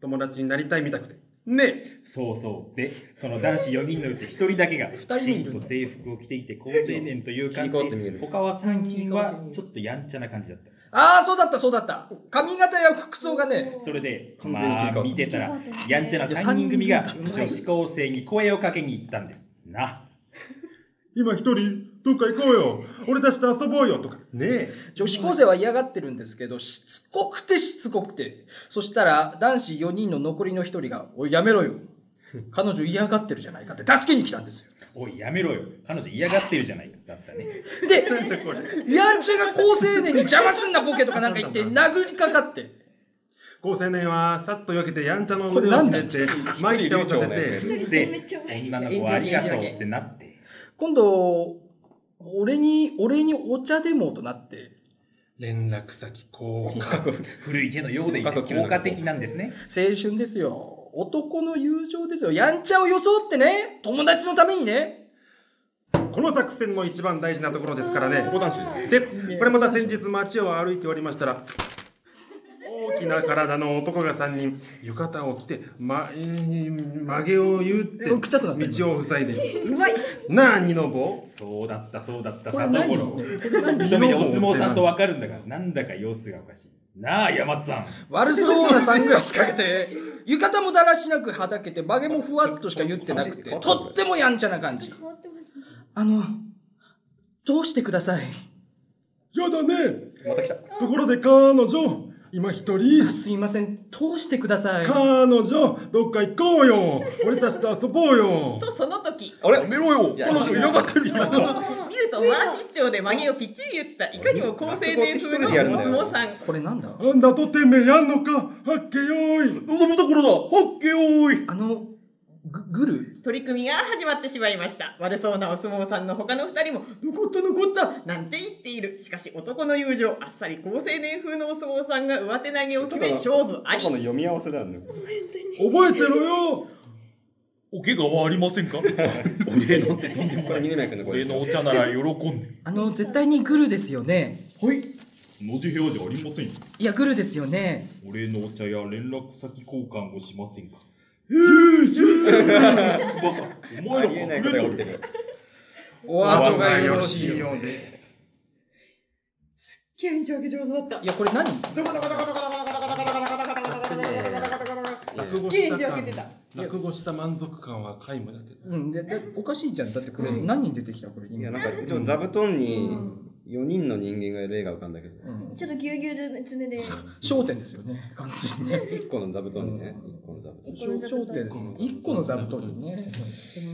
S4: 友達になりたいみたくて。ね
S6: そうそう。で、その男子4人のうち1人だけが、きちんと制服を着ていて、高青年という感じで、他は3人はちょっとやんちゃな感じだった。
S2: ああ、そうだった、そうだった。髪型や服装がね。
S6: それで、まあ、見てたら、やんちゃな3人組が女子高生に声をかけに行ったんです。な。
S4: 今一人、どっか行こうよ。俺たちと遊ぼうよ。とか。ねえ。
S2: 女子高生は嫌がってるんですけど、しつこくてしつこくて。そしたら、男子4人の残りの1人が、おい、やめろよ。彼女嫌がってるじゃないかって助けに来たんですよ。
S6: おい、やめろよ。彼女嫌がってるじゃないか。だったね。
S2: で、やんちゃが高青年に邪魔すんなボケとかなんか言 って殴りかかって。
S4: 高青年はさっと避けてやんちゃの腕を出て、参ってをさせて、
S6: で、女の子ありがとうってなって。
S2: 今度、俺に、俺にお茶でもとなって、
S4: 連絡先交換。
S6: 古い手のようで効果的なんですね。
S2: 青春ですよ。男の友情ですよ。やんちゃを装ってね、友達のためにね。
S4: この作戦の一番大事なところですからね。で、これまた先日街を歩いておりましたら、大きな体の男が3人、浴衣を着て、ま、曲げを言うって、道を塞いで。
S5: うまい
S4: なあ、二の坊
S6: そうだった、そうだった、里頃。一目でお相撲さんとわかるんだが、なんだか様子がおかしい。なあ、山っさん。
S2: 悪そうなサングラスかけて、浴衣もだらしなくはだけて、曲げもふわっとしか言ってなくて、とってもやんちゃな感じ。ね、あの、どうしてください。
S4: やだね。
S3: また来た。
S4: ところで彼女、今一人。
S2: すいません、通してください。
S4: 彼女、どっか行こうよ。俺たちと遊ぼうよ。
S5: と、その時。
S3: あれやめろよ。
S4: 彼女嫌がってるじゃないか。
S5: と回し一丁で曲げをぴっちり言ったいかにも高青年風のお相撲さん
S2: これなんだ
S4: なんだとてめえやんのかはっけよーい
S3: 望むところだはっけよーい
S2: あのぐ、ぐる
S5: 取り組みが始まってしまいました。悪そうなお相撲さんの他の二人も、残った残ったなんて言っている。しかし男の友情、あっさり高青年風のお相撲さんが上手投げを決め、勝負あり。
S3: 過去の読み合わせだよね。
S4: 覚えてろよお怪我はありません かお礼なんてとんでも
S3: これ二宮君の
S4: お
S3: 声
S4: 礼
S3: で
S4: のお茶なら喜んで。
S2: あの、絶対にグルですよね。
S4: はい。文字表示ありませんよ。
S2: いや、グルですよね。
S6: お礼のお茶や連絡先交換をしませんか
S3: す。お前らないことが起きてる。
S2: お後がよろしいようで。
S5: 急に上下上手だった。
S2: いや、これ何
S5: どこどこどこどこどこ
S4: 落語
S5: ゲ
S4: し
S5: ージ
S4: た
S5: 開けてた
S4: 感。落語した満足感は皆無だけ
S2: う
S4: ど。
S2: ん、で、でおかしいじゃん。だってこれ、何人出てきたこれ、
S3: いや、
S2: 今。
S3: なんか、一応座布団に4人の人間がいる映画浮かんだけど、
S2: うん
S1: ちょっとぎゅうぎゅうで詰めで。
S2: 焦点ですよね、完全にね。
S3: 1個の座布団にね、1個の座布
S1: 一個の座布
S2: 焦
S1: 団
S2: 点、一個の座布団にね。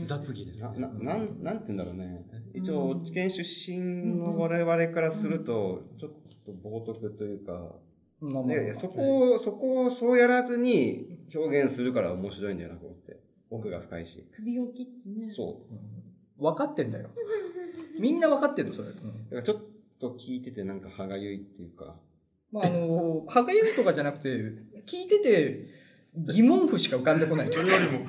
S4: 雑技ですね。
S3: 団。な、ななん、なんて言うんだろうね。一応、知見出身の我々からすると、ちょっと冒涜というか、
S2: まあまあ
S3: ね、そこを、そこをそうやらずに表現するから面白いんだよな、こうって。奥が深いし。
S5: 首を切ってね。
S3: そ
S2: 分かってんだよ。みんな分かってるの、それ。うん
S3: う。だからちょっと聞いててなんか歯がゆいっていうか。
S2: まあ、あの、歯がゆいとかじゃなくて、聞いてて、疑問符しか浮かんで こない。
S7: それよりも、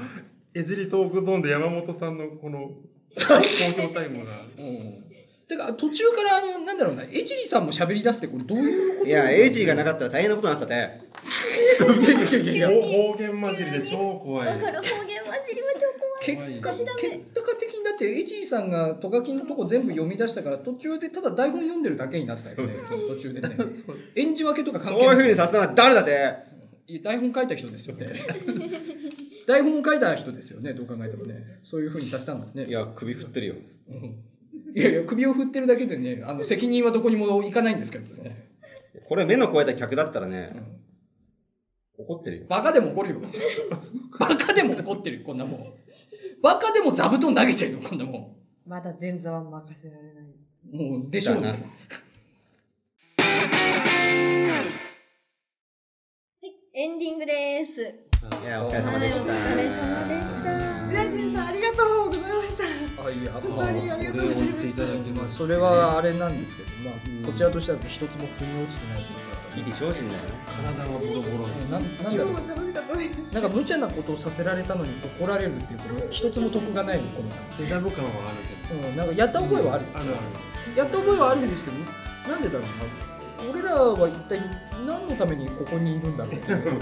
S7: えじりトークゾーンで山本さんのこの、放送タイムが。
S2: うんてか、途中から、あの、なんだろうな、江尻さんも喋り出すって、これどう いうこと
S3: いや、エイジーがなかったら大変なことになってたね。
S2: いやいやいやいや
S7: 方方言混じりで超怖
S1: だ
S7: い。
S1: から方言混じりはちょっと怖い。
S2: 結果結果的にだってエイジーさんがトガキのとこ全部読み出したから途中でただ台本読んでるだけになったよね途中でね演じ分けとか
S3: そ
S2: 関
S3: うい
S2: 係
S3: う風
S2: な
S3: に
S2: い
S3: させたのは誰だって。
S2: いや台本書いた人ですよね台本を書いた人ですよねどう考えてもねそういう風にさせたんだね
S3: いや、首振ってるよ。
S2: うんいやいや首を振ってるだけでねあの責任はどこにもいかないんですけどね
S3: これ目の超えた客だったらね、怒ってるよ。
S2: バカでも怒るよ。バカでも怒ってるよ、こんなもん。バカでも座布団投げてるよ、こんなも
S8: まだ前座は任せられない。
S2: ん。もう、でしょう
S3: だな
S2: ね。
S1: エンディングです。
S3: いや、お疲れ様でし
S1: お疲れ
S3: た。
S1: 様でした。
S5: ゼラチンさんありがとうございました。
S2: あ、いや、
S5: 本当にありがとうございました。
S2: まあ、それはあれなんですけど、まあ、こちらとしては一つも腑に落ちてないと
S3: 日
S2: いう
S3: 々精進だよね。
S4: 体はボロボロに。
S2: か、なんなんだろう、
S5: 今日も楽しかったです。
S2: なんか無茶なことをさせられたのに怒られるっていうことは、一つも得がないの、この感
S4: デジャブ感はあるけ
S2: じ。うん、なんかやった覚えはある。
S4: ど。あるある。
S2: やった覚えはあるんですけど、なんでだろうな。俺らは一体何のためにここにいるんだろうっていう。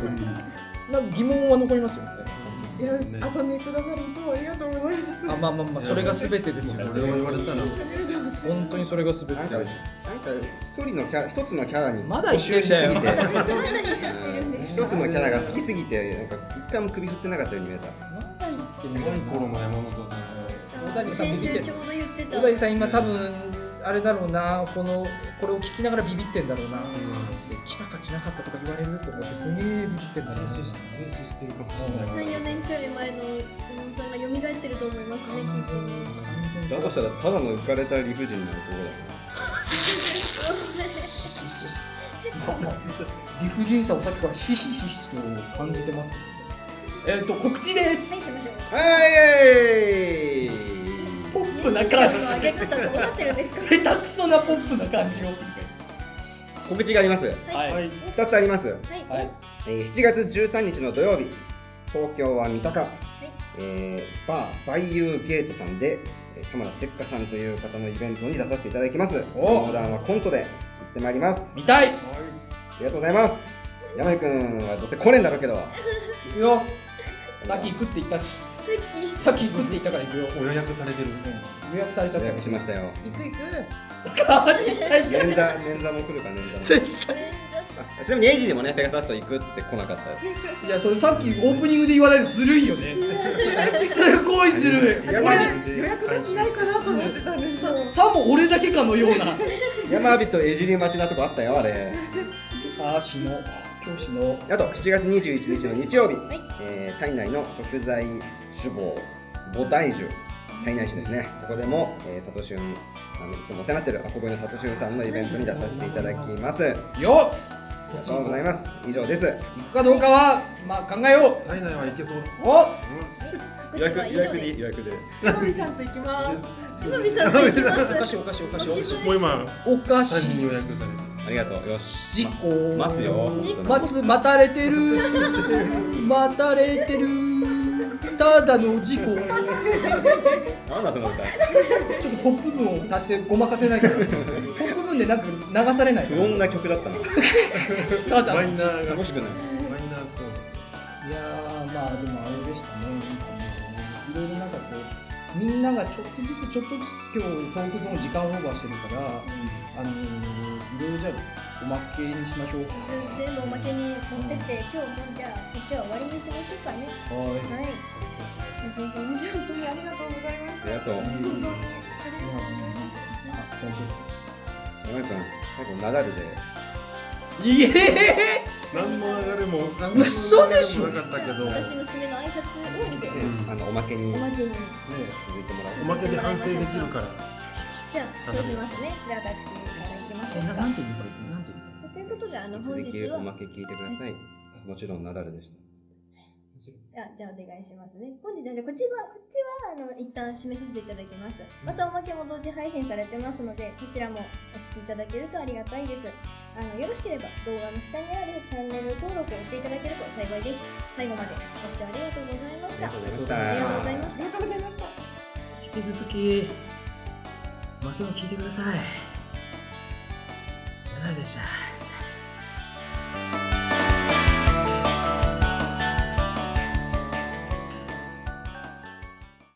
S2: なんか疑問は残りますよね。
S5: いや、遊んでくださりいつもありがとうございます。
S2: あまあまあまあそれが全てですよ
S4: それを言われたら、
S2: 本当にそれが全て
S3: なんか、なんか一人のキャラ、一つのキャラに
S2: まだ言ってんだよ
S3: 固執しすぎて うん一つのキャラが好きすぎて、なんか一回も首振ってなかったように見えた。
S4: 若い頃の山本さんは、
S2: 小谷さん
S1: 先
S2: 見て
S1: 週ちょうど言ってた
S2: 小。谷さん今多分あれだろうなこのこれを聞きながらビビってんだろうな来たか来なかったとか言われると思ってすげえビビってんだろうな
S4: 停止し停止してるかもしれない
S1: 三四年くらい前の山本さんが蘇ってると思いますね、きっとね。
S3: だとしたら、ただの浮かれた理不尽な男だよね。
S2: 理不尽さをさっきからひしひしと感じてますけどねえっと告知です
S1: はい、しましょう。
S3: はい
S2: ポップな感じ
S1: 上げ方どうなってるんですか。
S2: 下手くそなポップな感じを
S3: 告知があります。
S2: はいはい
S3: 二つあります。
S1: はい。
S3: えー7月13日の土曜日、東京は三鷹、えーバーバイユーゲートさんで、えー鎌田哲香さんという方のイベントに出させていただきます。
S2: お
S3: 講談はコントで行ってまいります。
S2: 見たい
S3: ありがとうございます。山井くんはどうせ来ねえんだろうけど。
S2: 行くよさっき行くって言ったし
S1: さっ
S2: さっき行くって言ったから行くよ
S4: お予約されてる。
S2: 予約されちゃっ
S3: 予
S2: たよ
S3: 約しましたよ。
S5: 行く行く。
S3: 捻座、捻座も来るか、捻座も。
S1: きね、
S3: あちなみにエイジでもね、ペガサスと行くって来なかったよ。
S2: いやそれさっきオープニングで言われるずるいよねすごいずるい俺
S5: 予約が来ないかなと思ってたんですよ。
S2: ささも俺だけかのような
S3: 山火とエイジリ待ちなとこあったよ、あれ。
S2: あーしの教師の
S3: あと7月21日の日曜日、
S1: い
S3: えー体内の食材酒房菩提樹体内酒ですねここでも、えー、里春あのいつもお世話になってる憧れの里春さんのイベントに出させていただきますあり
S2: よ
S3: がとうございます以上です
S2: 行くかどうかはまあ考えよ
S7: 体内はいけそう。
S2: うお
S1: 告予約は以上です。
S3: 約で
S5: 田辺さんと行きます。
S1: 浜辺さんと行きま
S2: お菓
S1: す。
S2: 子お菓子お菓子
S1: お
S2: お菓
S1: 気
S2: 子
S1: づい
S7: もう今
S2: お菓
S4: 3
S2: 子
S4: 人予約されて
S3: ありがとうよし
S2: 事故
S3: 待つよ
S2: 待つ待たれてる待たれてるただの事故
S3: なんだその歌
S2: ちょっとポップ分を足してごまかせないからポップ分でなんか流されないか
S3: 不
S2: ら
S3: 穏な曲だったの
S2: ただ
S7: マ
S2: の
S7: イ
S2: 事
S7: ナーが
S3: 楽しくない
S4: マイナーコード
S2: 故いやーまあでもあれでしたねいろいろなんかこうみんながちょっとずつちょっとずつ今日トークゾーン時間オーバーしてるから、あのー、いろいろじゃあおまけにしましょうか
S1: 全部おまけに持ってって、今日もじゃあ一応終わりにしましょうかね。
S2: はい
S1: はい。本当に
S8: 本当にありがとうございま
S3: ありがとう山井君最後ナダルで
S2: いえ
S7: 何も流れも何も流れも
S2: 嘘でしょ
S7: なかったけど
S1: 私の締めの挨拶終わりで、
S3: あのおまけに
S1: おま
S3: ね
S1: けに。
S3: 続いてもらおう
S7: おまけで反省できるから
S1: じゃあそうしますね。じゃあ私から行きましょう
S2: なん
S1: か。
S2: て言うのなんて言
S1: と
S2: うの
S1: いうことであの本日
S3: 続き
S1: は
S3: おまけ聞いてくださいもちろんナダルでした
S1: あじゃあお願いしますね。本日はこっちはこっちはあの一旦締めさせていただきます。またおまけも同時配信されてますので、こちらもお聞きいただけるとありがたいです。あのよろしければ動画の下にあるチャンネル登録をしていただけると幸いです。最後までご視聴ありがとうございました。
S3: あり
S1: あり
S3: がとうござい
S1: がとうございまし
S3: ました
S1: た。ありがとうございました。
S2: 引き続き負けを聞いてください。七重でした。